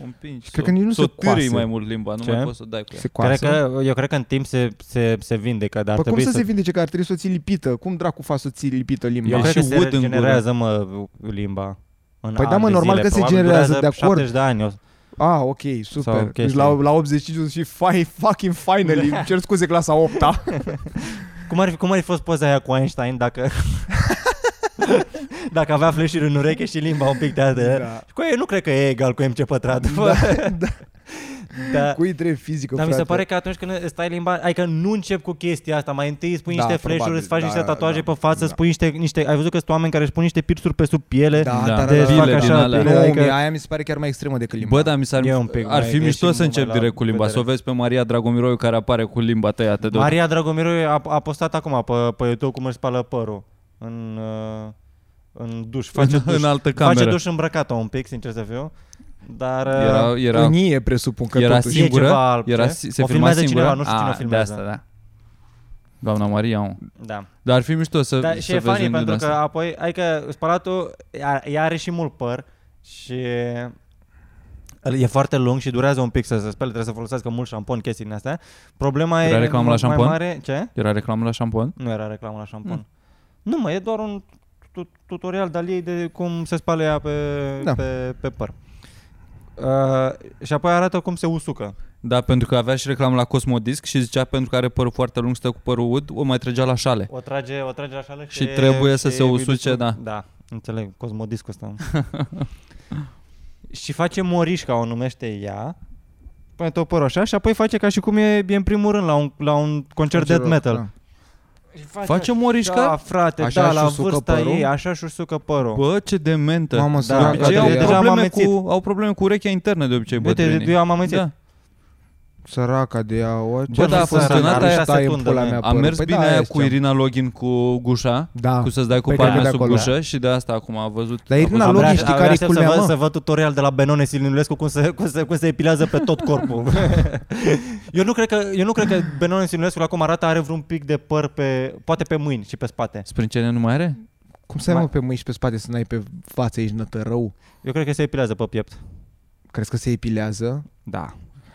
Speaker 2: o împingi,
Speaker 4: Cred
Speaker 2: să,
Speaker 4: că nici nu
Speaker 2: să o
Speaker 4: se coase.
Speaker 2: târâi mai mult limba, nu
Speaker 3: Ce?
Speaker 2: mai poți să o dai cu ea.
Speaker 4: Se
Speaker 3: Cred
Speaker 4: coasă.
Speaker 3: că, eu cred că în timp se, se, se vindecă, dar ar
Speaker 4: Păi cum
Speaker 3: trebui
Speaker 4: să
Speaker 3: să...
Speaker 4: se vindece că ar trebui să o ții lipită? Cum dracu faci să ții lipită
Speaker 3: eu
Speaker 4: limba?
Speaker 2: E
Speaker 3: cred
Speaker 2: și
Speaker 3: că se
Speaker 2: ud în gură.
Speaker 3: regenerează, mă, limba. În
Speaker 4: Păi da,
Speaker 3: ani
Speaker 4: mă,
Speaker 3: de
Speaker 4: normal
Speaker 3: zile.
Speaker 4: că se
Speaker 3: Probabil
Speaker 4: generează,
Speaker 3: durează
Speaker 4: de acord.
Speaker 3: 70 de ani. o-
Speaker 4: Ah, ok,
Speaker 3: Sau
Speaker 4: super. Deci
Speaker 3: chestii. Da.
Speaker 4: la, la 85 și fi, fucking finally, îmi cer scuze clasa 8 -a.
Speaker 3: [LAUGHS] Cum ar, fi, cum ar fi fost poza aia cu Einstein dacă... [LAUGHS] dacă avea fleșuri în ureche și limba un pic de
Speaker 4: Da.
Speaker 3: [LAUGHS] da. Cu ei nu cred că e egal cu MC pătrat. Da, da. Da.
Speaker 6: Cui trebuie fizică,
Speaker 3: Dar mi
Speaker 6: frate?
Speaker 3: se pare că atunci când stai limba, adică nu încep cu chestia asta, mai întâi îți pui
Speaker 6: Da,
Speaker 3: niște
Speaker 6: probabil,
Speaker 3: flash-uri, îți faci
Speaker 6: da,
Speaker 3: niște tatuaje
Speaker 6: da,
Speaker 3: pe față,
Speaker 6: da.
Speaker 3: îți pui niște, niște, ai văzut că sunt oameni care își pun niște piercuri pe sub piele,
Speaker 6: Da,
Speaker 2: Da.
Speaker 6: dar
Speaker 3: de
Speaker 2: Bile
Speaker 3: fac
Speaker 2: din
Speaker 3: așa,
Speaker 2: alea.
Speaker 3: bine,
Speaker 6: Nu,
Speaker 3: adică-
Speaker 6: mie, aia mi se pare chiar mai extremă decât limba.
Speaker 2: Bă, dar mi s-ar,
Speaker 3: E un pic
Speaker 2: ar
Speaker 3: mai
Speaker 2: fi mișto
Speaker 3: greșit
Speaker 2: să încep
Speaker 3: numai la
Speaker 2: direct cu limba,
Speaker 3: vedere.
Speaker 2: să o vezi pe Maria Dragomiroiu care apare cu limba tăiată de
Speaker 3: Maria Dragomiru a, a postat acum pe, pe YouTube cum își spală părul în, uh, în duș. Face
Speaker 2: în,
Speaker 3: duș.
Speaker 2: în altă
Speaker 3: Face
Speaker 2: cameră.
Speaker 3: duș îmbrăcată un pic, sincer să fiu. Dar uh,
Speaker 2: Era, era,
Speaker 6: În ie, presupun că
Speaker 2: era
Speaker 6: totuși.
Speaker 3: e
Speaker 2: singură?
Speaker 3: ceva alb,
Speaker 2: era,
Speaker 3: ce?
Speaker 2: si- se filma
Speaker 3: O filmează
Speaker 2: singură?
Speaker 3: cineva, nu știu cine o
Speaker 2: Ah,
Speaker 3: filmează.
Speaker 2: De asta, da. Doamna Maria, mă.
Speaker 3: da.
Speaker 2: Dar ar fi mișto să,
Speaker 3: Dar
Speaker 2: să
Speaker 3: și e
Speaker 2: vezi
Speaker 3: funny
Speaker 2: unde
Speaker 3: pentru că
Speaker 2: din asta.
Speaker 3: apoi, adică spălatul, ea- ea are și mult păr și e foarte lung și durează un pic să se spele, trebuie să folosească mult șampon, chestii din astea. Problema
Speaker 2: Era
Speaker 3: e
Speaker 2: reclamă la
Speaker 3: mult
Speaker 2: șampon?
Speaker 3: mai mare, ce?
Speaker 2: Era reclamă la șampon?
Speaker 3: Nu era reclamă la șampon.
Speaker 2: Mm.
Speaker 3: Mm. Nu, mă, e doar un tu- tutorial de-al ei de cum se spală ea pe,
Speaker 6: Da.
Speaker 3: da. pe, pe păr. Uh, și apoi arată cum se usucă.
Speaker 2: Da, pentru că avea și reclamă la Cosmodisc și zicea pentru că are părul foarte lung, stă cu părul ud, o mai trăgea la șale.
Speaker 3: O trage, o trage așa
Speaker 2: Și trebuie să se usuce, da.
Speaker 3: Da, înțeleg,
Speaker 2: [LAUGHS]
Speaker 3: cosmodiscul ăsta. și face morișca, o numește ea, pune tot părul așa și apoi face ca și cum e, e în primul rând la un, la un concert death metal.
Speaker 4: Ah.
Speaker 6: Da.
Speaker 3: Și Face,
Speaker 2: Face morișca?
Speaker 3: Da, frate,
Speaker 6: Așa
Speaker 3: așa da,
Speaker 6: își
Speaker 3: la
Speaker 6: usucă
Speaker 3: vârsta
Speaker 6: părul?
Speaker 3: ei, așa și usucă părul.
Speaker 2: Bă, ce dementă.
Speaker 6: Mamă,
Speaker 3: Da,
Speaker 2: de
Speaker 6: săraca de
Speaker 2: obicei au
Speaker 3: da, da, da.
Speaker 6: ea.
Speaker 3: Deja am
Speaker 2: probleme,
Speaker 3: amețit.
Speaker 2: cu, au probleme cu urechea internă de obicei
Speaker 3: Uite,
Speaker 2: bătrânii.
Speaker 3: eu am amățit.
Speaker 2: da.
Speaker 6: Săraca de ea. o, ce
Speaker 2: Bă, da, a
Speaker 6: săracă,
Speaker 2: funcționat
Speaker 6: nu
Speaker 2: aia.
Speaker 6: știu, taie în
Speaker 3: Șase
Speaker 6: pula
Speaker 3: tundă,
Speaker 6: mea
Speaker 2: A
Speaker 6: părul.
Speaker 2: mers
Speaker 6: Păi
Speaker 2: bine
Speaker 6: da,
Speaker 2: aia
Speaker 6: este.
Speaker 2: cu Irina Login cu gușa,
Speaker 6: Da.
Speaker 2: cu să-ți dai cu
Speaker 6: Păi cred
Speaker 2: palme
Speaker 6: că de
Speaker 2: sub
Speaker 6: acolo.
Speaker 2: gușă și de asta acum a văzut.
Speaker 6: Dar
Speaker 2: a
Speaker 6: Irina
Speaker 2: văzut-
Speaker 6: Login
Speaker 3: Abia-
Speaker 6: Da, știi
Speaker 3: abia
Speaker 6: care-i
Speaker 3: aștept
Speaker 6: culmea,
Speaker 3: să văd,
Speaker 6: mă?
Speaker 3: să văd tutorial de la Benone Silinulescu cum se, cum se, cum se epilează pe tot
Speaker 6: [LAUGHS]
Speaker 3: corpul. eu, nu cred că, eu nu cred că Benone Silinulescu acum arată are vreun pic de păr pe, poate pe mâini și pe spate.
Speaker 2: Sprâncene nu mai are?
Speaker 6: Cum să ai mă pe mâini și pe spate să n-ai pe față, ești nătărău?
Speaker 3: Eu cred că se epilează pe piept.
Speaker 6: Crezi că se epilează?
Speaker 2: Da.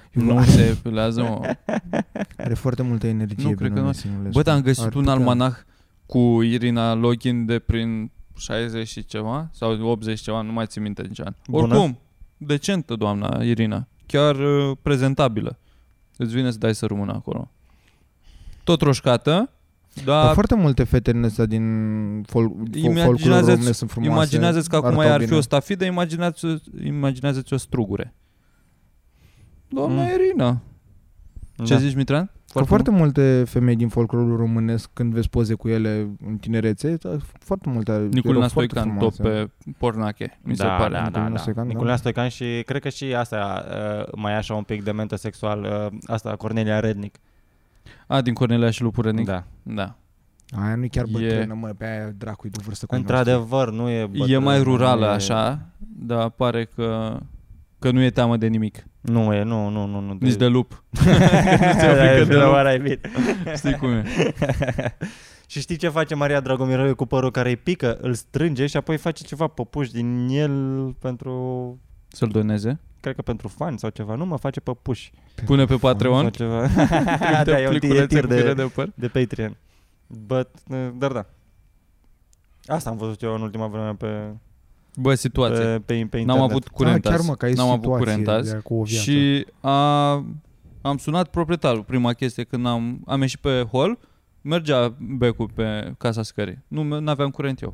Speaker 2: Nu se epilează, mă.
Speaker 6: Are foarte multă energie.
Speaker 2: Nu, cred că
Speaker 6: Benone
Speaker 2: nu.
Speaker 6: Sinulescu.
Speaker 2: Bă, dar am găsit
Speaker 6: Deci Ar
Speaker 2: un
Speaker 6: putea.
Speaker 2: almanah cu Irina Login de prin 60 și ceva sau 80 ceva, nu mai țin minte nici an.
Speaker 3: Bună.
Speaker 2: Oricum, decentă doamna Irina, chiar uh, prezentabilă. Îți vine să dai să rămână acolo. Tot roșcată,
Speaker 6: Dar
Speaker 2: dar
Speaker 6: foarte multe fete din astea din fol- fol- folclorul
Speaker 2: Imaginează-ți-
Speaker 6: românesc sunt frumoase.
Speaker 2: imaginează-ți că acum
Speaker 6: arătau
Speaker 2: ea ar fi
Speaker 6: bine.
Speaker 2: o stafidă, imaginează- imaginează-ți o strugure. Doamna mm. Irina. Ce
Speaker 6: Da.
Speaker 2: zici, Mitran?
Speaker 6: Că foarte multe femei din folclorul românesc, când vezi poze cu ele în tinerețe, da, foarte multe
Speaker 2: Niculina
Speaker 6: erau foarte
Speaker 2: Stoican, top
Speaker 6: frumoase.
Speaker 2: pe pornache, mi se
Speaker 3: da,
Speaker 2: pare.
Speaker 3: Da, da,
Speaker 6: Niculina
Speaker 3: da.
Speaker 6: Stoican, da.
Speaker 3: Niculina Stoican și cred că și asta uh, mai e așa un pic de mentă sexual, uh, asta Cornelia Rednic.
Speaker 2: A, din Cornelia și Lupurănic.
Speaker 3: Da.
Speaker 2: da.
Speaker 6: Aia nu-i chiar
Speaker 2: E-
Speaker 6: bătrână, mă, pe aia dracu-i de vârstă cu al
Speaker 3: Într-adevăr, nu e bătrână,
Speaker 2: E mai rurală
Speaker 3: nu e-
Speaker 2: așa, dar pare că că nu e teamă de nimic.
Speaker 3: Nu e, nu, nu, nu. nu
Speaker 2: Nici
Speaker 3: [LAUGHS]
Speaker 2: de [LAUGHS] lup.
Speaker 3: nu
Speaker 2: ți-e frică de lup. Știi cum
Speaker 3: [LAUGHS]
Speaker 2: e?
Speaker 3: Și știi ce face Maria Dragomiroiu cu părul care îi pică? Îl strânge și apoi face ceva păpuși din el pentru
Speaker 2: Să-l doneze.
Speaker 3: cred că pentru fani sau ceva, nu mă face păpuși.
Speaker 2: Pune pe Patreon.
Speaker 3: Sau
Speaker 2: [LAUGHS]
Speaker 3: ceva.
Speaker 2: Trimite
Speaker 3: [LAUGHS] da, e un e
Speaker 2: pliculețe
Speaker 3: tir
Speaker 2: cu fire
Speaker 3: de,
Speaker 2: de păr.
Speaker 3: de Patreon. But, eh, dar da. Asta am văzut eu în ultima vreme pe,
Speaker 2: Bă, situație.
Speaker 3: pe, pe, pe internet.
Speaker 2: N-am avut curent
Speaker 6: Da, chiar
Speaker 2: azi.
Speaker 6: mă, că ai
Speaker 2: N-am avut
Speaker 6: situație
Speaker 2: curent azi.
Speaker 6: de- cu o viață.
Speaker 4: Păi
Speaker 2: Și a, am sunat proprietarul prima chestie când am, am ieșit pe hol, mergea becul pe casa scării. Nu aveam curent eu.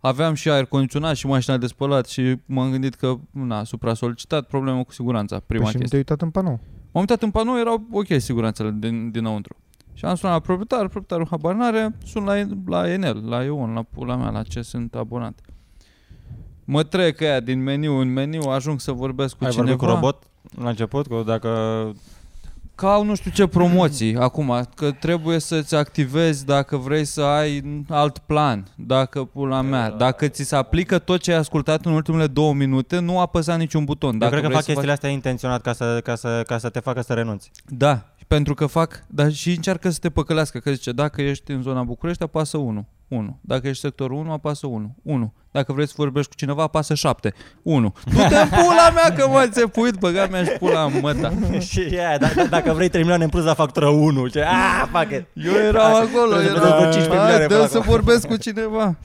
Speaker 2: Aveam și aer condiționat și mașina de spălat și m-am gândit că na, supra-solicitat problemă cu siguranța, prima
Speaker 6: Păi și nu
Speaker 2: chestie.
Speaker 6: te-ai uitat în panou.
Speaker 2: M-am uitat în panou, erau ok siguranțele din, dinăuntru. Și am sunat la proprietar, proprietarul habar n-are, sun la, la Enel, la Eon, la pula mea, la ce sunt abonat. Mă trec aia din meniu în meniu, ajung să vorbesc cu
Speaker 3: Ai
Speaker 2: cineva.
Speaker 3: vorbit cu robot la început? Cu dacă...
Speaker 2: Că au nu știu ce
Speaker 3: [CLEARS THROAT]
Speaker 2: promoții acum, că trebuie să-ți activezi dacă vrei să ai alt plan, dacă pula
Speaker 3: Da,
Speaker 2: mea, dacă ți se aplică tot ce ai ascultat în ultimele două minute, nu apăsa niciun buton.
Speaker 3: Eu
Speaker 2: Dacă
Speaker 3: cred că
Speaker 2: vrei
Speaker 3: fac
Speaker 2: să faci-
Speaker 3: chestiile astea intenționat ca să, ca, să, ca să te facă să renunți.
Speaker 2: Da, pentru că fac, dar și încearcă să te păcălească, că zice, dacă ești în zona București, apasă 1, 1. Dacă ești sectorul 1, apasă 1, 1. Dacă vrei să vorbești cu cineva, apasă 7, 1.
Speaker 3: [LAUGHS]
Speaker 2: Du-te în pula mea că m-a înțepuit, băga mea și pula în măta.
Speaker 3: și yeah, dacă, da, dacă vrei 3 milioane în plus la factura 1, ce? Ah, fuck it!
Speaker 2: Eu eram acolo,
Speaker 3: Trebuie să
Speaker 2: eram,
Speaker 3: vezi vreo 15
Speaker 2: "Hai,
Speaker 3: milioane
Speaker 2: dă
Speaker 3: până
Speaker 2: să
Speaker 3: acum."
Speaker 2: vorbesc cu cineva.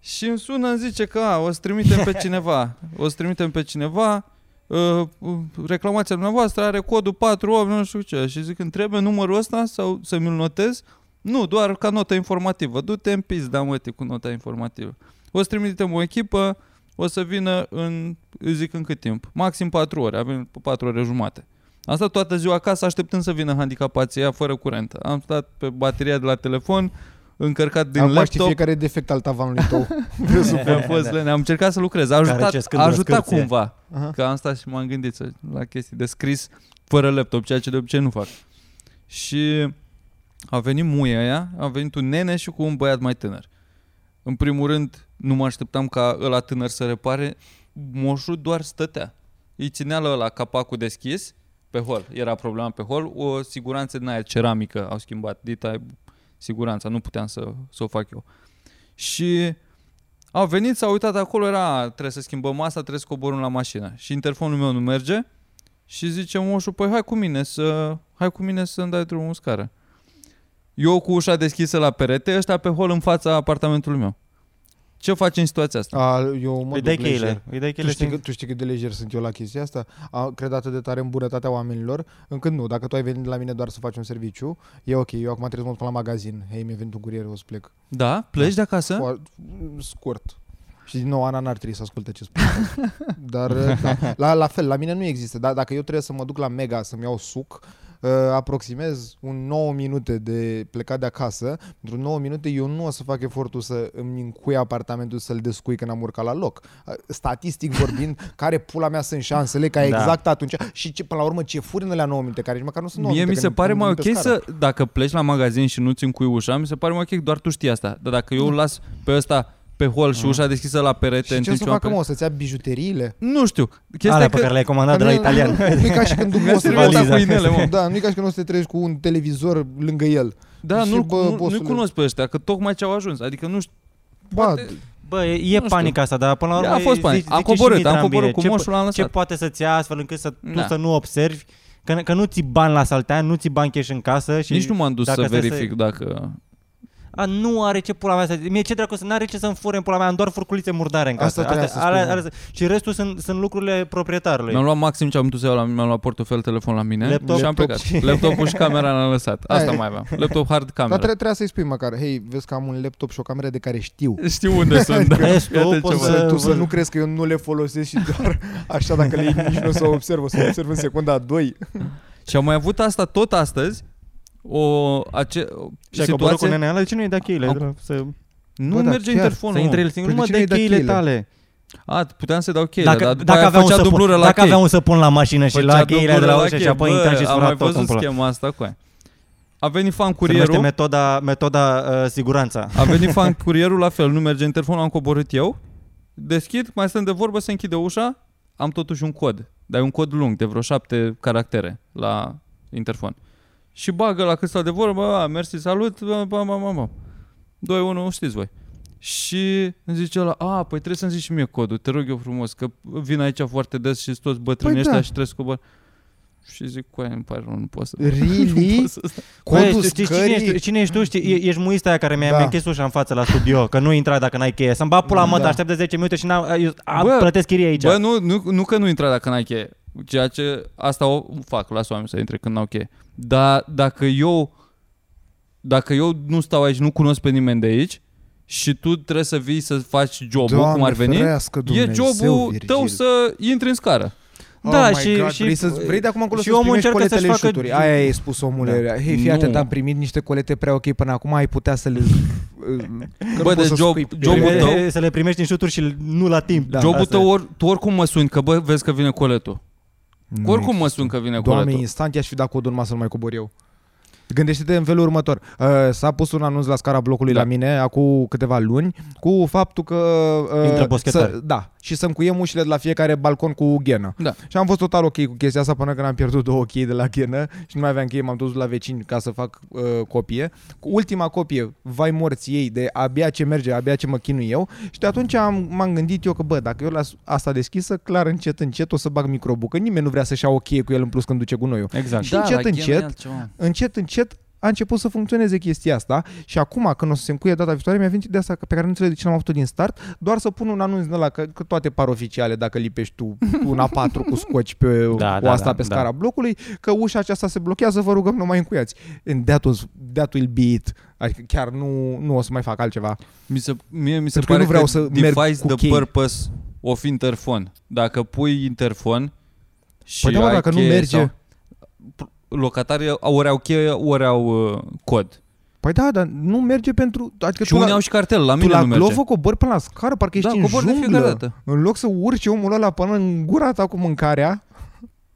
Speaker 2: Și îmi sună, îmi zice că a, o să trimitem
Speaker 3: [LAUGHS]
Speaker 2: pe cineva, o să trimitem pe cineva, uh, uh, reclamația dumneavoastră are codul 48, nu știu ce. Și zic, îmi trebuie numărul ăsta sau să mi-l notez? Nu, doar ca notă informativă. Du-te în pizda, măti, cu nota informativă. O să trimitem o echipă, o să vină în, îi zic în cât timp? Maxim 4 ore, avem 4 ore jumate. Am stat toată ziua acasă așteptând să vină handicapații ăia fără curent. Am stat pe bateria de la telefon, încărcat din
Speaker 4: Acum știi
Speaker 2: laptop.
Speaker 4: fiecare defect al tavanului
Speaker 2: [LAUGHS]
Speaker 4: tău. Presupun.
Speaker 2: Am fost lene, am încercat să lucrez. A ajutat,
Speaker 3: ce scândură
Speaker 2: a ajutat
Speaker 3: scârție.
Speaker 2: cumva.
Speaker 4: Aha.
Speaker 2: Că am stat și m-am gândit să, la chestii de scris fără laptop, ceea ce de obicei nu fac. Și a venit muia aia, a venit un nene și cu un băiat mai tânăr. În primul rând, nu mă așteptam ca ăla tânăr să repare. Moșul doar stătea. Îi ținea la ăla capacul deschis pe hol. Era problema pe hol. O siguranță din aia ceramică au schimbat. Dita siguranța, nu puteam să, să o fac eu. Și a venit, s-a uitat acolo, era trebuie să schimbăm masa, trebuie să coborâm la mașină. Și interfonul meu nu merge și zice moșul, păi hai cu mine să, hai cu mine să-mi dai drumul în scară. Eu cu ușa deschisă la perete, ăștia pe hol în fața apartamentului meu. Ce faci în situația asta?
Speaker 4: A, eu mă duc
Speaker 3: Îi Păi dai
Speaker 4: lejer.
Speaker 3: cheile. Îi dai
Speaker 4: Tu
Speaker 3: cheile
Speaker 4: știi, că,
Speaker 3: și...
Speaker 4: tu știi cât de lejer sunt eu la chestia asta? A, cred atât de tare în bunătatea oamenilor, încât nu. Dacă tu ai venit la mine doar să faci un serviciu, e ok. Eu acum trebuie să mă duc la magazin. Hei, mi-a venit un curier, o să plec.
Speaker 2: Da? Pleci de acasă?
Speaker 4: Foarte scurt. Și din nou, Ana n-ar trebui să asculte
Speaker 2: [LAUGHS]
Speaker 4: ce spun. Dar da, la, la fel, la mine nu există. Dar dacă eu trebuie să mă duc la Mega să-mi iau suc, uh, aproximez un 9 minute de plecat de acasă. Pentru 9 minute eu nu o să fac efortul să îmi încui apartamentul să-l descui când am urcat la loc. Uh, Statistic
Speaker 2: [LAUGHS]
Speaker 4: vorbind, care pula mea sunt șansele ca
Speaker 3: Da.
Speaker 4: exact atunci. Și ce, până la urmă ce furi în alea 9 minute, care nici măcar nu sunt 9
Speaker 2: Mie mi
Speaker 4: minute.
Speaker 2: se
Speaker 4: că
Speaker 2: pare
Speaker 4: îmi
Speaker 2: mai
Speaker 4: duc
Speaker 2: ok
Speaker 4: pe scară.
Speaker 2: să, dacă pleci la magazin și nu-ți încui ușa, mi se pare mai ok, că doar tu știi asta. Dar dacă eu îl las pe ăsta pe hol și ușa deschisă la perete
Speaker 4: Și
Speaker 2: în
Speaker 4: ce o
Speaker 2: timp
Speaker 4: să
Speaker 2: ce mă
Speaker 4: facă, mă?
Speaker 2: apre-
Speaker 4: O să-ți ia bijuteriile?
Speaker 2: Nu știu. Chestia e
Speaker 3: Alea pe care
Speaker 2: că
Speaker 3: le-ai comandat Da, de la
Speaker 4: nu-
Speaker 3: italian.
Speaker 4: [LAUGHS]
Speaker 2: [LAUGHS]
Speaker 4: Nu e ca și când duc
Speaker 2: mi-a
Speaker 4: 100 de
Speaker 2: strivat
Speaker 3: valiza.
Speaker 2: cu inele, mă.
Speaker 4: Da, nu e ca și când o să te trezi cu un televizor lângă el.
Speaker 2: Da,
Speaker 4: Și,
Speaker 2: nu,
Speaker 4: bă,
Speaker 2: nu,
Speaker 4: bossule.
Speaker 2: nu-i cunosc pe ăștia, că tocmai ce au ajuns. Adică nu știu.
Speaker 4: Ba,
Speaker 2: Poate-
Speaker 3: Bă, e, e
Speaker 2: știu.
Speaker 3: panica asta, dar până la urmă...
Speaker 2: Ea a fost
Speaker 3: zici-
Speaker 2: panic. Am
Speaker 3: zice și
Speaker 2: coborât,
Speaker 3: Mitran
Speaker 2: am coborât
Speaker 3: bine.
Speaker 2: cu
Speaker 3: Ce po-
Speaker 2: moșul, l-am
Speaker 3: ce
Speaker 2: lăsat.
Speaker 3: poate să-ți ia astfel încât să,
Speaker 2: Da.
Speaker 3: tu să nu observi că, că nu ți bani la saltea, nu ți bani cash în casă și
Speaker 2: Nici nu m-am dus
Speaker 3: dacă
Speaker 2: să
Speaker 3: stai să-
Speaker 2: verific dacă...
Speaker 3: A, nu are ce pula mea să... Mie ce dracu să n-are ce să-mi fure în pula mea, am doar furculițe murdare în casă.
Speaker 4: Asta trebuia să spun,
Speaker 3: alea- și restul sunt, sunt lucrurile proprietarului.
Speaker 2: Mi-am luat maxim ce am putut să iau, la, mi-am luat portofel, telefon la mine
Speaker 3: Laptop.
Speaker 2: și am
Speaker 4: Laptop
Speaker 2: plecat.
Speaker 3: și-
Speaker 2: Laptopul și camera l-am lăsat. Asta
Speaker 4: Hai.
Speaker 2: mai aveam. Laptop, hard,
Speaker 4: dar
Speaker 2: cameră.
Speaker 4: tre- trebuia să-i spui măcar, hei, vezi că am un laptop și o cameră de care știu.
Speaker 2: Știu unde sunt, da.
Speaker 3: Restul
Speaker 2: Iată
Speaker 3: poți
Speaker 2: ce
Speaker 3: să-
Speaker 2: mă-
Speaker 4: Să, tu să
Speaker 3: vă-
Speaker 4: nu crezi că eu nu le folosesc și doar așa dacă le iei, nici nu o să observ, o să observ în secunda a 2.
Speaker 2: Și am mai avut asta tot astăzi. O, ace, o
Speaker 3: Și ai coborât cu
Speaker 2: situație...
Speaker 3: nenea, de ce nu-i da cheile?
Speaker 2: Am-
Speaker 3: de la- Să,
Speaker 2: Nu
Speaker 4: Bă, da,
Speaker 2: merge
Speaker 4: chiar,
Speaker 2: interfonul.
Speaker 3: să
Speaker 2: mă.
Speaker 3: intre el singur,
Speaker 4: Păi de ce
Speaker 3: mă, dă
Speaker 4: nu-i dai
Speaker 3: cheile
Speaker 4: cheile?
Speaker 3: tale.
Speaker 2: A, puteam să-i dau cheile, dar după aia
Speaker 3: aveam
Speaker 2: făcea
Speaker 3: să pun-
Speaker 2: dublură la
Speaker 3: dacă
Speaker 2: chei.
Speaker 3: aveam un săpun la mașină și
Speaker 2: Făcea
Speaker 3: la cheile de
Speaker 2: dublură
Speaker 3: la ușă și
Speaker 2: chei.
Speaker 3: apoi
Speaker 2: Bă,
Speaker 3: intra și
Speaker 2: Am
Speaker 3: sfura
Speaker 2: mai
Speaker 3: tot în
Speaker 2: văzut
Speaker 3: pula. Se
Speaker 2: schema asta cu aia. A venit fan
Speaker 3: numește
Speaker 2: curierul.
Speaker 3: metoda, metoda uh, siguranța.
Speaker 4: Da.
Speaker 2: A
Speaker 4: [LAUGHS]
Speaker 2: venit fan curierul la fel, nu merge interfonul, am coborât eu. Deschid, mai stăm de vorbă, se închide ușa. Am totuși un cod, dar e un cod lung, de vreo șapte caractere la interfon. Și bagă la cât de vorbă, a, mersi, salut, bam, bam, bam, bam. 2, 1, știți voi. Și îmi zice ăla, a, păi trebuie să-mi zici și mie codul, te rog eu frumos, că vin aici foarte des și toți bătrânii
Speaker 4: Păi
Speaker 2: ăștia
Speaker 4: da.
Speaker 2: și trebuie să cobor. Și zic, cu aia îmi pare rău, nu pot să... Nu
Speaker 4: Really?
Speaker 2: pot să stau.
Speaker 4: Codul
Speaker 3: Băi, Păi, știi- știi cine, ești, tu?
Speaker 4: scării?
Speaker 3: cine ești tu? Știi, e- ești muista aia care mi-a
Speaker 4: Da.
Speaker 3: da. închis ușa în față la studio, că nu intra dacă n-ai cheie. Să-mi bat pula mă,
Speaker 4: Da.
Speaker 3: da. aștept de 10 minute și n-am, eu, a,
Speaker 2: Bă,
Speaker 3: plătesc chirie aici.
Speaker 2: Bă, nu, nu, nu că nu intra dacă n-ai cheie. Ceea ce asta o fac, las oameni să intre când n-au cheie. Dar dacă eu dacă eu nu stau aici, nu cunosc pe nimeni de aici și tu trebuie să vii să faci jobul, cum ar veni,
Speaker 4: ferească
Speaker 2: e
Speaker 4: Dumnezeu,
Speaker 2: jobul
Speaker 4: Virgil.
Speaker 2: tău să intri în scară.
Speaker 3: Da,
Speaker 4: Oh my
Speaker 3: și- și-
Speaker 4: vrei, să, vrei de acum încolo
Speaker 3: și
Speaker 4: să-ți
Speaker 3: omul
Speaker 4: primești
Speaker 3: încearcă
Speaker 4: coletele
Speaker 3: să-și
Speaker 4: și
Speaker 3: facă-
Speaker 4: șuturi.
Speaker 7: Aia ai spus omule. Da. Hei, fii
Speaker 2: Nu.
Speaker 7: atent, am primit niște colete prea ok până acum, ai putea
Speaker 3: [LAUGHS]
Speaker 7: să le...
Speaker 4: uh, nu
Speaker 2: Bă,
Speaker 4: poți
Speaker 2: deci
Speaker 4: să
Speaker 2: job,
Speaker 4: scui pe
Speaker 2: jobul
Speaker 3: Trebuie
Speaker 2: tău,
Speaker 3: Să le primești în șuturi și nu la timp.
Speaker 7: Da.
Speaker 2: jobul
Speaker 3: Asta e.
Speaker 2: tău or, tu oricum mă suni că bă, vezi că vine coletul.
Speaker 4: Nu
Speaker 2: Oricum mă sun că vine
Speaker 4: Mm. Doamne,
Speaker 2: coletul.
Speaker 4: instant i-aș fi dat codul numai să-l mai cobor eu. Gândește-te în felul următor. Uh, s-a pus un anunț la scara blocului
Speaker 2: Da.
Speaker 4: da. la mine acum câteva luni cu faptul că... Uh,
Speaker 3: Intră boschetari.
Speaker 4: să, Da, și să încuiem ușile de la fiecare balcon cu ghenă.
Speaker 2: Da.
Speaker 4: Și am fost total ok cu chestia asta până când am pierdut două chei de la ghenă și nu mai aveam chei, m-am dus la vecini ca să fac uh, copie. Cu Ultima copie, vai morții ei, de abia ce merge, abia ce mă chinui eu. Și de atunci am, m-am gândit eu că, bă, dacă eu las asta deschisă, clar încet, încet o să bag microbul, că nimeni nu vrea să-și ia o cheie cu el în plus când duce gunoiul.
Speaker 3: Exact.
Speaker 4: Și încet,
Speaker 2: Da, la ghen e
Speaker 4: încet,
Speaker 2: altceva.
Speaker 4: încet, încet a început să funcționeze chestia asta și acum când o să se încuie data viitoare mi-a venit de asta pe care nu înțeleg de ce n-am avut-o din start, doar să pun un anunț din ăla că, că toate par oficiale dacă lipești tu un A4 cu scoci
Speaker 2: [LAUGHS]
Speaker 4: pe da,
Speaker 3: Da,
Speaker 4: o
Speaker 3: da,
Speaker 4: asta da,
Speaker 3: da,
Speaker 4: pe
Speaker 3: da.
Speaker 4: scara da. blocului, că ușa aceasta se blochează, vă rugăm nu mai încuiați. And that, was, that will be it. Adică chiar nu, nu o să mai fac altceva.
Speaker 2: Mi se, mie mi se
Speaker 4: Pentru că
Speaker 2: pare
Speaker 4: nu vreau
Speaker 2: că
Speaker 4: să merg
Speaker 2: defies
Speaker 4: cu
Speaker 2: the
Speaker 4: chei.
Speaker 2: purpose of interfon. Dacă pui interfon și
Speaker 4: da, mă,
Speaker 2: ai
Speaker 4: dacă nu
Speaker 2: cheie
Speaker 4: merge.
Speaker 2: Sau... locatarii ori au cheie, ori au uh, cod.
Speaker 4: Păi da, dar nu merge pentru... Adică
Speaker 2: Și
Speaker 4: tu
Speaker 2: unii
Speaker 4: la,
Speaker 2: au și cartel, la
Speaker 4: tu
Speaker 2: mine
Speaker 4: la
Speaker 2: nu merge.
Speaker 4: glovă cobori până la scară, parcă ești
Speaker 2: Da,
Speaker 4: în
Speaker 2: cobor de fiecare
Speaker 4: junglă.
Speaker 2: dată.
Speaker 4: În loc să urce omul ăla până în gura ta cu mâncarea,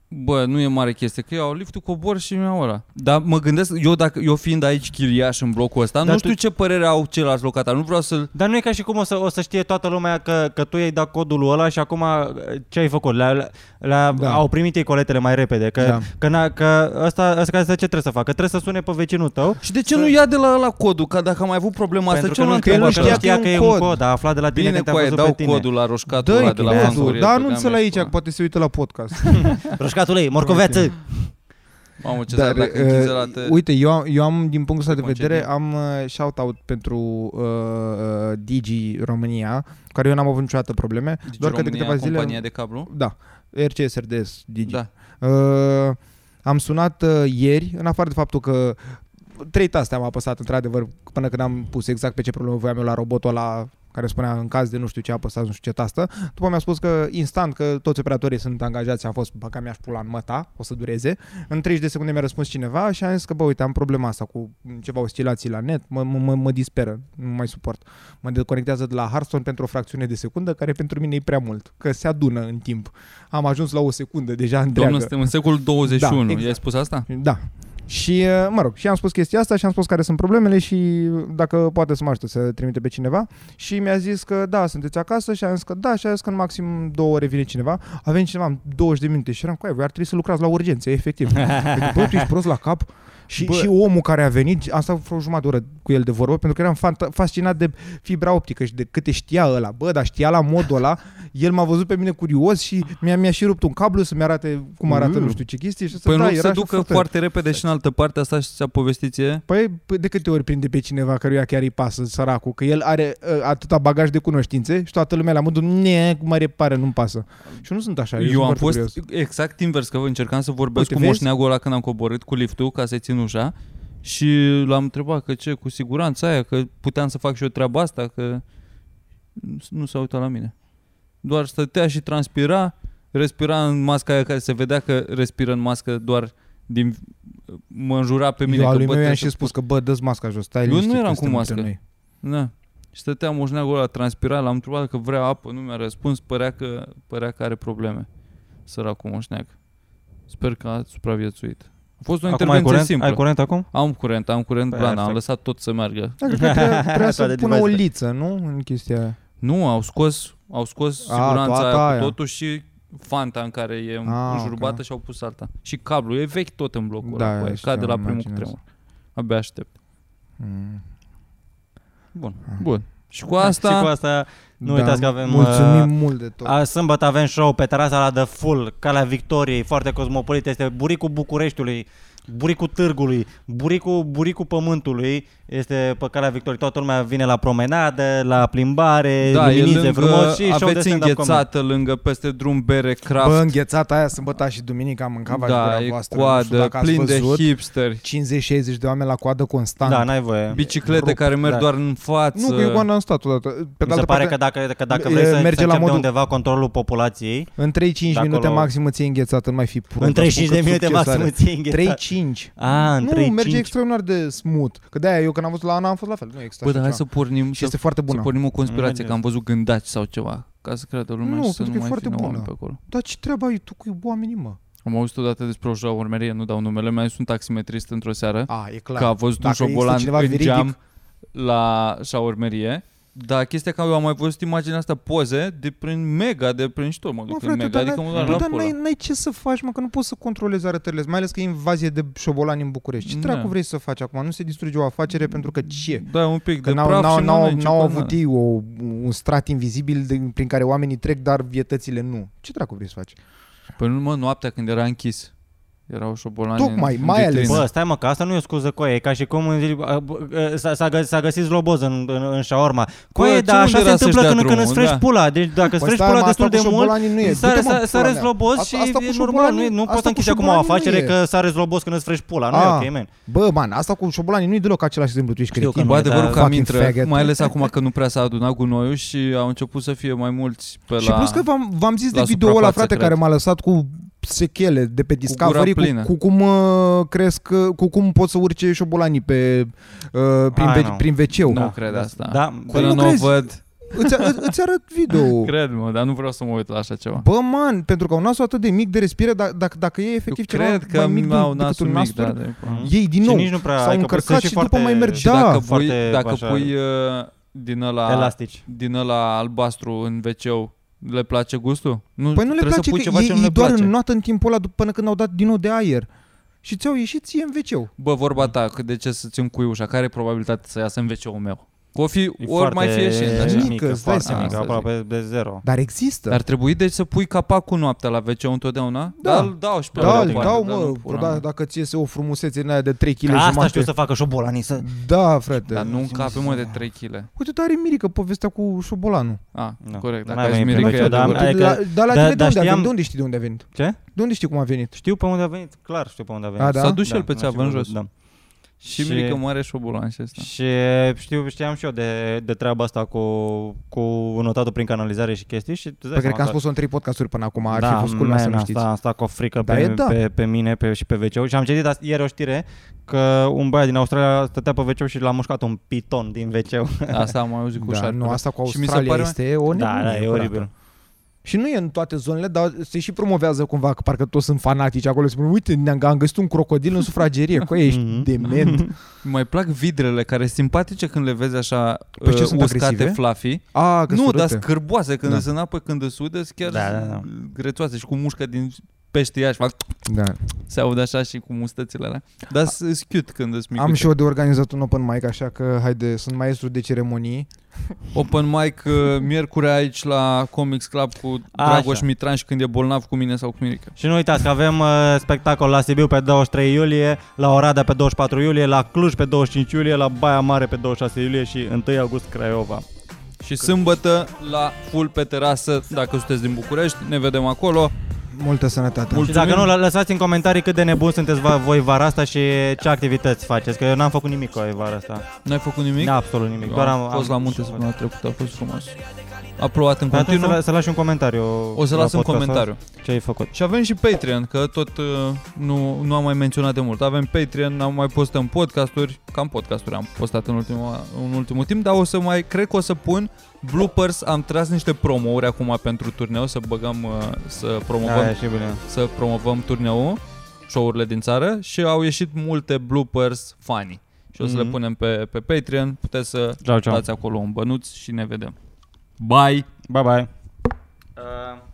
Speaker 2: Bă, nu e mare chestie, că eu au liftul, cobor și mi-au ăla. Dar mă gândesc, eu, dacă, eu fiind aici chiriaș în blocul ăsta,
Speaker 3: Dar
Speaker 2: nu
Speaker 3: tu-
Speaker 2: știu ce părere au ceilalți locatari, nu vreau să-l...
Speaker 3: Dar nu e ca și cum o să, o să știe toată lumea că, că tu i-ai dat codul ăla și acum eh, ce ai făcut? Le, le, le, da.
Speaker 4: Da.
Speaker 3: Au primit ei coletele mai repede. Că, da.
Speaker 4: Da.
Speaker 3: că, na, că ăsta, ăsta, care zice ce trebuie să facă? Trebuie să sune pe vecinul tău.
Speaker 2: Și de ce nu ia de la ăla codul? Ca dacă am mai avut problema asta, ce
Speaker 3: că
Speaker 2: nu
Speaker 3: nu,
Speaker 2: l-a
Speaker 3: că el
Speaker 2: întrebat
Speaker 3: nu
Speaker 2: pe ăla?
Speaker 3: știa că e un cod, cod dar a aflat de la tine
Speaker 2: Bine
Speaker 3: când
Speaker 2: cu
Speaker 3: te-a
Speaker 2: aia,
Speaker 3: văzut
Speaker 2: dau
Speaker 3: pe tine.
Speaker 2: codul la roșcatul ăla de
Speaker 4: dă
Speaker 2: la Vancurie,
Speaker 4: Da, nu
Speaker 2: băgame
Speaker 4: înțeleg aici,
Speaker 2: și
Speaker 4: că
Speaker 2: pula.
Speaker 4: poate se uită la podcast.
Speaker 3: Roșcatul ei, morcoveță!
Speaker 2: Mamă, ce
Speaker 4: Dar,
Speaker 2: dar, dacă închizi ăla
Speaker 4: uh,
Speaker 2: te...
Speaker 4: uite, eu am, eu am, din punctul ăsta de
Speaker 2: te
Speaker 4: vedere,
Speaker 2: concedii.
Speaker 4: am uh, shout-out pentru uh, uh, Digi România, cu care eu n-am avut niciodată probleme,
Speaker 2: Digi
Speaker 4: doar că de
Speaker 2: România,
Speaker 4: câteva zile...
Speaker 2: Compania de cablu?
Speaker 4: Da, RCSRDS, Digi.
Speaker 2: Da.
Speaker 4: Uh, am sunat uh, ieri, în afară de faptul că trei taste am apăsat într-adevăr până când am pus exact pe ce problemă voiam eu la robotul ăla care spunea în caz de nu știu ce apăsați, nu știu ce tastă. După mi-a spus că instant că toți operatorii sunt angajați, am fost băga mi-aș pula în măta, o să dureze. În 30 de secunde mi-a răspuns cineva și am zis că bă, uite, am problema asta cu ceva oscilații la net, mă, mă, mă, mă disperă, nu mai suport. Mă deconectează de la Hearthstone pentru o fracțiune de secundă, care pentru mine e prea mult, că se adună în timp. Am ajuns la o secundă deja
Speaker 2: Domnul,
Speaker 4: întreagă.
Speaker 2: suntem în secolul 21.
Speaker 4: Da, exact.
Speaker 2: I-ai spus asta?
Speaker 4: Da. Și, uh, mă rog, și am spus chestia asta și am spus care sunt problemele și dacă poate să mă ajute să trimite pe cineva. Și mi-a zis că da, sunteți acasă și am zis că da și a zis că în maxim două ore vine cineva. A venit cineva în 20 de minute și eram cu aia, voi ar trebui să lucrați la urgențe, efectiv. Adică, Bă, tu ești prost la cap? Și,
Speaker 2: Bă.
Speaker 4: și omul care a venit, am stat vreo jumătate de oră cu el de vorbă, pentru că eram fanta- fascinat de fibra optică și de câte știa ăla. Bă, dar știa la modul ăla, el m-a văzut pe mine curios și mi-a, mi-a și rupt un cablu să-mi arate cum arată nu știu ce chestii. Și să,
Speaker 2: Păi în
Speaker 4: da,
Speaker 2: loc
Speaker 4: era
Speaker 2: să
Speaker 4: așa exact.
Speaker 2: ducă foarte repede și în altă parte asta și ți-a povestit ție?
Speaker 4: Păi p- de câte ori prinde pe cineva căruia chiar îi pasă săracul, că el are uh, atâta bagaj de cunoștințe și toată lumea la modul ne, mă repare, nu-mi pasă. Și eu nu sunt așa, eu, sunt
Speaker 2: Eu am
Speaker 4: foarte
Speaker 2: fost
Speaker 4: curios.
Speaker 2: exact invers, că încercam să vorbesc
Speaker 4: Uite,
Speaker 2: cu
Speaker 4: vezi?
Speaker 2: moșneagul ăla când am coborât cu liftul ca să țin ușa și l-am întrebat că ce, cu siguranța aia, că puteam să fac și eu treaba asta, că nu s-a uitat la mine. Doar stătea și transpira, respira în masca aia care se vedea că respiră în mască doar din... Mă înjura pe mine
Speaker 4: eu
Speaker 2: că
Speaker 4: al lui meu
Speaker 2: trebuie
Speaker 4: i-am
Speaker 2: să
Speaker 4: și spus că bă, dă-ți masca jos, stai
Speaker 2: Eu nu
Speaker 4: liniștit, că
Speaker 2: eram cu
Speaker 4: suntem între
Speaker 2: mască.
Speaker 4: Noi.
Speaker 2: Da. Și stătea moșneagul ăla transpirat, l-am întrebat că vrea apă, nu mi-a răspuns, părea că, părea că are probleme. Săracul moșneag. Sper că a supraviețuit. A fost o
Speaker 3: Acum ai
Speaker 2: intervenție
Speaker 3: curent?
Speaker 2: simplă.
Speaker 3: Ai curent acum?
Speaker 2: am curent, am curent,
Speaker 3: Păi,
Speaker 2: Brana, am
Speaker 3: perfect.
Speaker 2: lăsat tot să meargă.
Speaker 4: Da, cred
Speaker 2: [LAUGHS]
Speaker 4: că trebuia, trebuia să
Speaker 3: Toate
Speaker 4: pună o
Speaker 3: device-urile.
Speaker 4: liță, nu? În chestia aia.
Speaker 2: Nu, au scos, au scos
Speaker 4: A,
Speaker 2: siguranța
Speaker 4: toată
Speaker 2: aia,
Speaker 4: aia.
Speaker 2: cu totul și fanta în care e
Speaker 4: Ah,
Speaker 2: înjurbată
Speaker 4: ok.
Speaker 2: și au pus alta. Și cablu, e vechi tot în blocul
Speaker 4: Da,
Speaker 2: ăla, cu aia,
Speaker 4: știam,
Speaker 2: cade la
Speaker 4: îmi
Speaker 2: primul
Speaker 4: imaginez.
Speaker 2: tremur. Abia aștept.
Speaker 4: Mm.
Speaker 2: Bun, bun. Și cu asta...
Speaker 3: Da, Și cu asta nu uitați că avem,
Speaker 4: Da, Mulțumim
Speaker 2: uh,
Speaker 4: mult de tot.
Speaker 3: A, sâmbătă avem show pe terasa la The Full, Calea Victoriei, foarte cosmopolit, este buricul Bucureștiului, buricul Târgului, buricul, buricul Pământului, este pe Calea Victoriei, toată lumea vine la promenadă, la plimbare,
Speaker 2: Da, e
Speaker 3: luminițe
Speaker 2: lângă,
Speaker 3: frumos și show de
Speaker 2: aveți
Speaker 3: stand-up comedy.
Speaker 2: înghețată lângă peste drum bere craft.
Speaker 4: Bă, înghețata aia sâmbătă și duminica am mâncat
Speaker 2: da,
Speaker 4: vașgurea
Speaker 2: e
Speaker 4: voastră. nu știu
Speaker 2: coadă,
Speaker 4: dacă ați
Speaker 2: plin de
Speaker 4: văzut.
Speaker 2: hipsteri,
Speaker 4: 50-60 de oameni la coadă constant.
Speaker 3: Da, n-ai voie.
Speaker 2: biciclete
Speaker 4: rup,
Speaker 2: care merg
Speaker 3: da.
Speaker 2: doar în față.
Speaker 4: nu, că eu am stat odată. Pe de
Speaker 3: Mi se
Speaker 4: altă parte,
Speaker 3: pare că dacă, că dacă
Speaker 4: e,
Speaker 3: vrei să, să
Speaker 4: merge la
Speaker 3: începi de
Speaker 4: modul-
Speaker 3: undeva controlul populației,
Speaker 4: În 3-5
Speaker 3: De acolo-
Speaker 4: minute maxim îți iei înghețată, nu mai fi prost.
Speaker 3: în 35 de minute maxim îți iei înghețat.
Speaker 4: 3-5.
Speaker 3: A, în
Speaker 4: nu,
Speaker 3: 3,
Speaker 4: merge extraordinar de smooth. Că de-aia eu când am fost la Ana am fost la fel. Nu există
Speaker 2: Bă,
Speaker 4: așa
Speaker 2: dar hai
Speaker 4: ceva.
Speaker 2: să pornim,
Speaker 4: Și
Speaker 2: să,
Speaker 4: este foarte
Speaker 2: să
Speaker 4: bună.
Speaker 2: pornim o conspirație,
Speaker 3: Merge.
Speaker 2: că am văzut gândaci sau ceva, ca să creadă lumea
Speaker 4: Nu,
Speaker 2: și să nu
Speaker 4: pentru că e
Speaker 2: mai
Speaker 4: foarte
Speaker 2: vină oameni
Speaker 4: bună.
Speaker 2: pe acolo.
Speaker 4: Dar ce treaba ai tu cu oamenii, mă?
Speaker 2: Am auzit odată despre o jaurmerie, nu dau numele, mi-a zis un taximetrist într-o seară,
Speaker 4: A, e clar.
Speaker 2: că a văzut
Speaker 4: Dacă
Speaker 2: un
Speaker 4: există
Speaker 2: șobolan în
Speaker 4: cineva veridic-
Speaker 2: geam la șaurmerie. Dar chestia că eu am mai văzut imaginea asta poze de prin mega, de prin știu, mă duc
Speaker 4: Mă,
Speaker 2: în
Speaker 4: frate,
Speaker 2: mega,
Speaker 4: dar,
Speaker 2: adică mă doar
Speaker 4: bă,
Speaker 2: la
Speaker 4: dar
Speaker 2: pula.
Speaker 4: n-ai, n-ai ce să faci, mă, că nu poți să controlezi arătările, mai ales că e invazie de șobolani în București. Ce
Speaker 2: Da.
Speaker 4: dracu vrei să faci acum? Nu se distruge o afacere pentru că ce?
Speaker 2: Da, un pic
Speaker 4: Că
Speaker 2: de
Speaker 4: n-au,
Speaker 2: praf
Speaker 4: n-au,
Speaker 2: și
Speaker 4: n-au,
Speaker 2: n-au,
Speaker 4: n-au avut ei o, un strat invizibil de, prin care oamenii trec, dar vietățile nu. Ce dracu vrei să faci?
Speaker 2: Păi nu mă, noaptea când era închis. Erau șobolani
Speaker 4: Tocmai,
Speaker 2: în,
Speaker 4: mai
Speaker 2: în
Speaker 4: ales.
Speaker 2: vitrină.
Speaker 3: Bă, stai mă, că asta nu e o scuză coaie, e ca și cum în zi- a, bă, s-a, s-a gă- s-a găsit zloboz în, în, în șaorma. Coaie,
Speaker 2: ce
Speaker 3: dar
Speaker 2: unde
Speaker 3: așa se
Speaker 2: era să-și
Speaker 3: întâmplă
Speaker 2: dea
Speaker 3: când, când
Speaker 2: drumul,
Speaker 3: îți frești
Speaker 2: da.
Speaker 3: pula, deci dacă îți
Speaker 4: Păi
Speaker 3: frești
Speaker 4: stai,
Speaker 3: pula
Speaker 4: mă, asta
Speaker 3: destul de
Speaker 4: cu
Speaker 3: mult,
Speaker 4: șobolanii nu e.
Speaker 3: sare,
Speaker 4: Du-te, mă,
Speaker 3: sare,
Speaker 4: în
Speaker 3: sare
Speaker 4: pula mea.
Speaker 3: zloboz
Speaker 4: Asta-
Speaker 3: și
Speaker 4: asta cu
Speaker 3: e normal,
Speaker 4: șobolanii-
Speaker 3: nu, e- nu poți
Speaker 4: asta
Speaker 3: să
Speaker 4: cu
Speaker 3: închizi acum o
Speaker 4: șobolanii nu
Speaker 3: afacere
Speaker 4: e.
Speaker 3: că sare zloboz când îți frești pula, nu
Speaker 4: A.
Speaker 3: e ok, man.
Speaker 4: Bă, man, asta cu șobolanii nu e deloc același exemplu, tu ești
Speaker 3: Știu
Speaker 4: cretin.
Speaker 3: că
Speaker 2: Bă,
Speaker 3: nu e,
Speaker 2: adevărul
Speaker 3: da.
Speaker 2: că am
Speaker 4: Fucking
Speaker 2: intră,
Speaker 4: faggot.
Speaker 2: mai ales acum că nu prea s-a adunat gunoiul și au început să fie mai mulți pe la...
Speaker 4: Și plus că v-am, v-am zis de
Speaker 2: la
Speaker 4: video ăla,
Speaker 2: suprafață,
Speaker 4: frate,
Speaker 2: cred.
Speaker 4: care m-a lăsat cu sechele de pe Discovery cu,
Speaker 2: plină.
Speaker 4: cu, cu cum uh, cresc, uh, cu cum pot să urce șobolanii pe, uh, prin,
Speaker 3: I
Speaker 4: ve-
Speaker 3: know.
Speaker 4: prin wc
Speaker 2: Nu cred asta.
Speaker 3: Da,
Speaker 2: Până
Speaker 4: nu
Speaker 2: nu o
Speaker 4: crezi?
Speaker 2: văd,
Speaker 4: Îți, î- îți arăt video
Speaker 2: cred mă, dar nu vreau să mă uit la așa ceva.
Speaker 4: Bă, man, pentru că un nasul atât de mic de respire, dacă, dacă, dacă e
Speaker 2: Eu
Speaker 4: efectiv ceva
Speaker 2: cred că
Speaker 4: mai mic
Speaker 2: mi-au
Speaker 4: decât
Speaker 2: nasul
Speaker 4: un
Speaker 2: mic,
Speaker 4: nas,
Speaker 2: da,
Speaker 4: doar-
Speaker 2: de-
Speaker 4: Ei din
Speaker 3: Și
Speaker 4: nou,
Speaker 3: nici nu prea,
Speaker 4: s-au
Speaker 3: adică
Speaker 4: încărcat
Speaker 3: sunt și
Speaker 4: și după
Speaker 3: foarte-
Speaker 4: mai merg-
Speaker 2: Și
Speaker 4: Da,
Speaker 2: dacă pui,
Speaker 3: foarte
Speaker 2: dacă
Speaker 3: așa-
Speaker 2: pui uh, din ăla
Speaker 3: Elastici.
Speaker 2: din ăla albastru în wc le place gustul? Nu,
Speaker 4: Păi nu le
Speaker 2: trebuie
Speaker 4: place
Speaker 2: să pui
Speaker 4: că
Speaker 2: ceva
Speaker 4: ei,
Speaker 2: ce nu
Speaker 4: ei
Speaker 2: le
Speaker 4: doar
Speaker 2: place.
Speaker 4: înnot în timpul ăla după- până când au dat din nou de aer. Și ți-au ieșit ție în wc
Speaker 2: Bă, vorba ta, că de ce să țin cu ușa? Care e probabilitatea să iasă în wc meu? Că o fi,
Speaker 3: E
Speaker 2: ori
Speaker 3: foarte
Speaker 2: mai fie și așa.
Speaker 4: mic.
Speaker 3: mică,
Speaker 4: Mică, stai
Speaker 3: foarte
Speaker 2: seama.
Speaker 3: mică,
Speaker 2: Asta
Speaker 3: aproape de zero.
Speaker 4: Dar există.
Speaker 2: Ar trebui deci să pui capacul noaptea la wc întotdeauna?
Speaker 4: Da.
Speaker 2: Dar îl dau și pe
Speaker 4: da,
Speaker 2: la
Speaker 4: îl
Speaker 2: parte,
Speaker 4: dau,
Speaker 2: dar nu
Speaker 4: mă,
Speaker 2: pula
Speaker 4: da,
Speaker 2: mea.
Speaker 4: dacă ți iese o frumusețe din aia de 3 kg
Speaker 3: Că Asta
Speaker 4: jumate.
Speaker 3: știu să facă șobolanii, să...
Speaker 4: Da, frate.
Speaker 2: Dar nu încape, mă, de 3 kg.
Speaker 4: Uite, dar are Mirica povestea cu șobolanul.
Speaker 2: Ah,
Speaker 3: Nu,
Speaker 2: corect. Dacă
Speaker 3: n-ai
Speaker 2: ai
Speaker 3: venit
Speaker 2: miri
Speaker 3: prin
Speaker 2: că e
Speaker 3: WC, dar-
Speaker 2: adevărat.
Speaker 3: Hai
Speaker 4: Adică, la,
Speaker 3: că-
Speaker 4: dar la
Speaker 3: da-
Speaker 4: tine de
Speaker 3: dar
Speaker 4: unde a
Speaker 3: știam-
Speaker 4: venit? De unde știi de unde a venit?
Speaker 3: Ce?
Speaker 4: De unde știi cum a venit?
Speaker 3: Știu pe unde a venit, clar știu pe unde a venit.
Speaker 4: A, da?
Speaker 2: S-a dus și
Speaker 3: Da,
Speaker 2: el pe
Speaker 3: la
Speaker 2: țeavă în
Speaker 3: început,
Speaker 2: jos.
Speaker 3: Da.
Speaker 2: Și
Speaker 3: Și-
Speaker 2: mirică mare șobolan și
Speaker 4: [LAUGHS]
Speaker 2: ăsta.
Speaker 3: Da. Și eh, știu, știam și eu de, de treaba asta cu, cu notatul prin canalizare și chestii și îți dai
Speaker 4: Păi cred
Speaker 3: seama
Speaker 4: că am
Speaker 3: că-
Speaker 4: spus-o în trei podcasturi până acum,
Speaker 2: Da,
Speaker 4: ar fi fost culmea să
Speaker 3: man,
Speaker 4: nu știți.
Speaker 3: Asta, asta cu o frică
Speaker 4: Dar
Speaker 3: pe,
Speaker 4: e da.
Speaker 3: pe, pe, mine pe, și pe wc și am citit azi- ieri o știre că un băiat din Australia stătea pe wc și l-a mușcat un piton din wc
Speaker 2: Asta am mai auzit cu
Speaker 4: Da,
Speaker 2: șarpele.
Speaker 4: nu, asta cu
Speaker 2: Și mi se
Speaker 4: Australia
Speaker 2: pare-
Speaker 4: este o
Speaker 3: Da,
Speaker 4: nebunie,
Speaker 3: da, e
Speaker 4: curată.
Speaker 3: oribil.
Speaker 4: Și nu e în toate zonele, dar se și promovează cumva, că parcă toți sunt fanatici acolo. Spun, uite, ne-am am găsit un crocodil în sufragerie, că ești
Speaker 2: [LAUGHS]
Speaker 3: Mhm.
Speaker 4: dement.
Speaker 2: Mai plac vidrele care sunt simpatice când le vezi așa
Speaker 4: Păi ce
Speaker 2: uh,
Speaker 4: sunt
Speaker 2: uscate,
Speaker 4: agresive?
Speaker 2: fluffy.
Speaker 4: A, că
Speaker 2: nu, dar
Speaker 4: surâte.
Speaker 2: scârboase când
Speaker 4: Da.
Speaker 2: da. sunt în apă, când îs udă, sunt chiar
Speaker 3: Da, da, da.
Speaker 2: grețoase și cu mușca din pește ea și fac,
Speaker 4: da.
Speaker 2: se aud așa și cu mustățile alea. Dar sunt cute când îs micuțe.
Speaker 4: Am și eu de organizat un open mic, așa că haide, sunt maestru de ceremonii.
Speaker 2: Open mic uh, miercuri aici la Comics Club cu
Speaker 3: Așa.
Speaker 2: Dragoș Mitran și când e bolnav cu mine sau cu Mirica.
Speaker 3: Și nu uitați că avem uh, spectacol la Sibiu pe 23 iulie, la Oradea pe 24 iulie, la Cluj pe 25 iulie, la Baia Mare pe 26 iulie și 1 august Craiova.
Speaker 2: Și sâmbătă la full pe terasă, dacă sunteți din București, ne vedem acolo.
Speaker 4: Multă sănătate.
Speaker 2: Mult-
Speaker 3: Și dacă nu, lă- lăsați în comentarii cât de nebun sunteți va- voi vara asta și ce activități faceți, că eu n-am făcut nimic cu vara asta.
Speaker 2: N-ai făcut nimic?
Speaker 3: Absolut Da, nimic. Doar am,
Speaker 2: am fost la munte săptămâna trecută, a fost frumos. A plouat în
Speaker 3: Păi atunci să,
Speaker 2: continuu.
Speaker 3: la- să lași un comentariu.
Speaker 2: O să
Speaker 3: la
Speaker 2: las în
Speaker 3: podcastul
Speaker 2: comentariu.
Speaker 3: ăsta, Ce ai făcut?
Speaker 2: Și avem și Patreon, că tot uh, nu, nu am mai menționat de mult. Avem Patreon, am mai postăm podcasturi, cam podcasturi am postat în ultimul, în ultimul timp, dar o să mai, cred că o să pun bloopers, am tras niște promouri acum pentru turneu, să băgăm, uh, să promovăm,
Speaker 3: Aia e și bine.
Speaker 2: să promovăm turneul, show-urile din țară și au ieșit multe bloopers funny. Și o să le
Speaker 3: Mhm.
Speaker 2: punem pe, pe Patreon, puteți să
Speaker 3: Ciao, ciao.
Speaker 2: dați acolo un bănuț și ne vedem. Bye!
Speaker 3: Bye bye. Uh...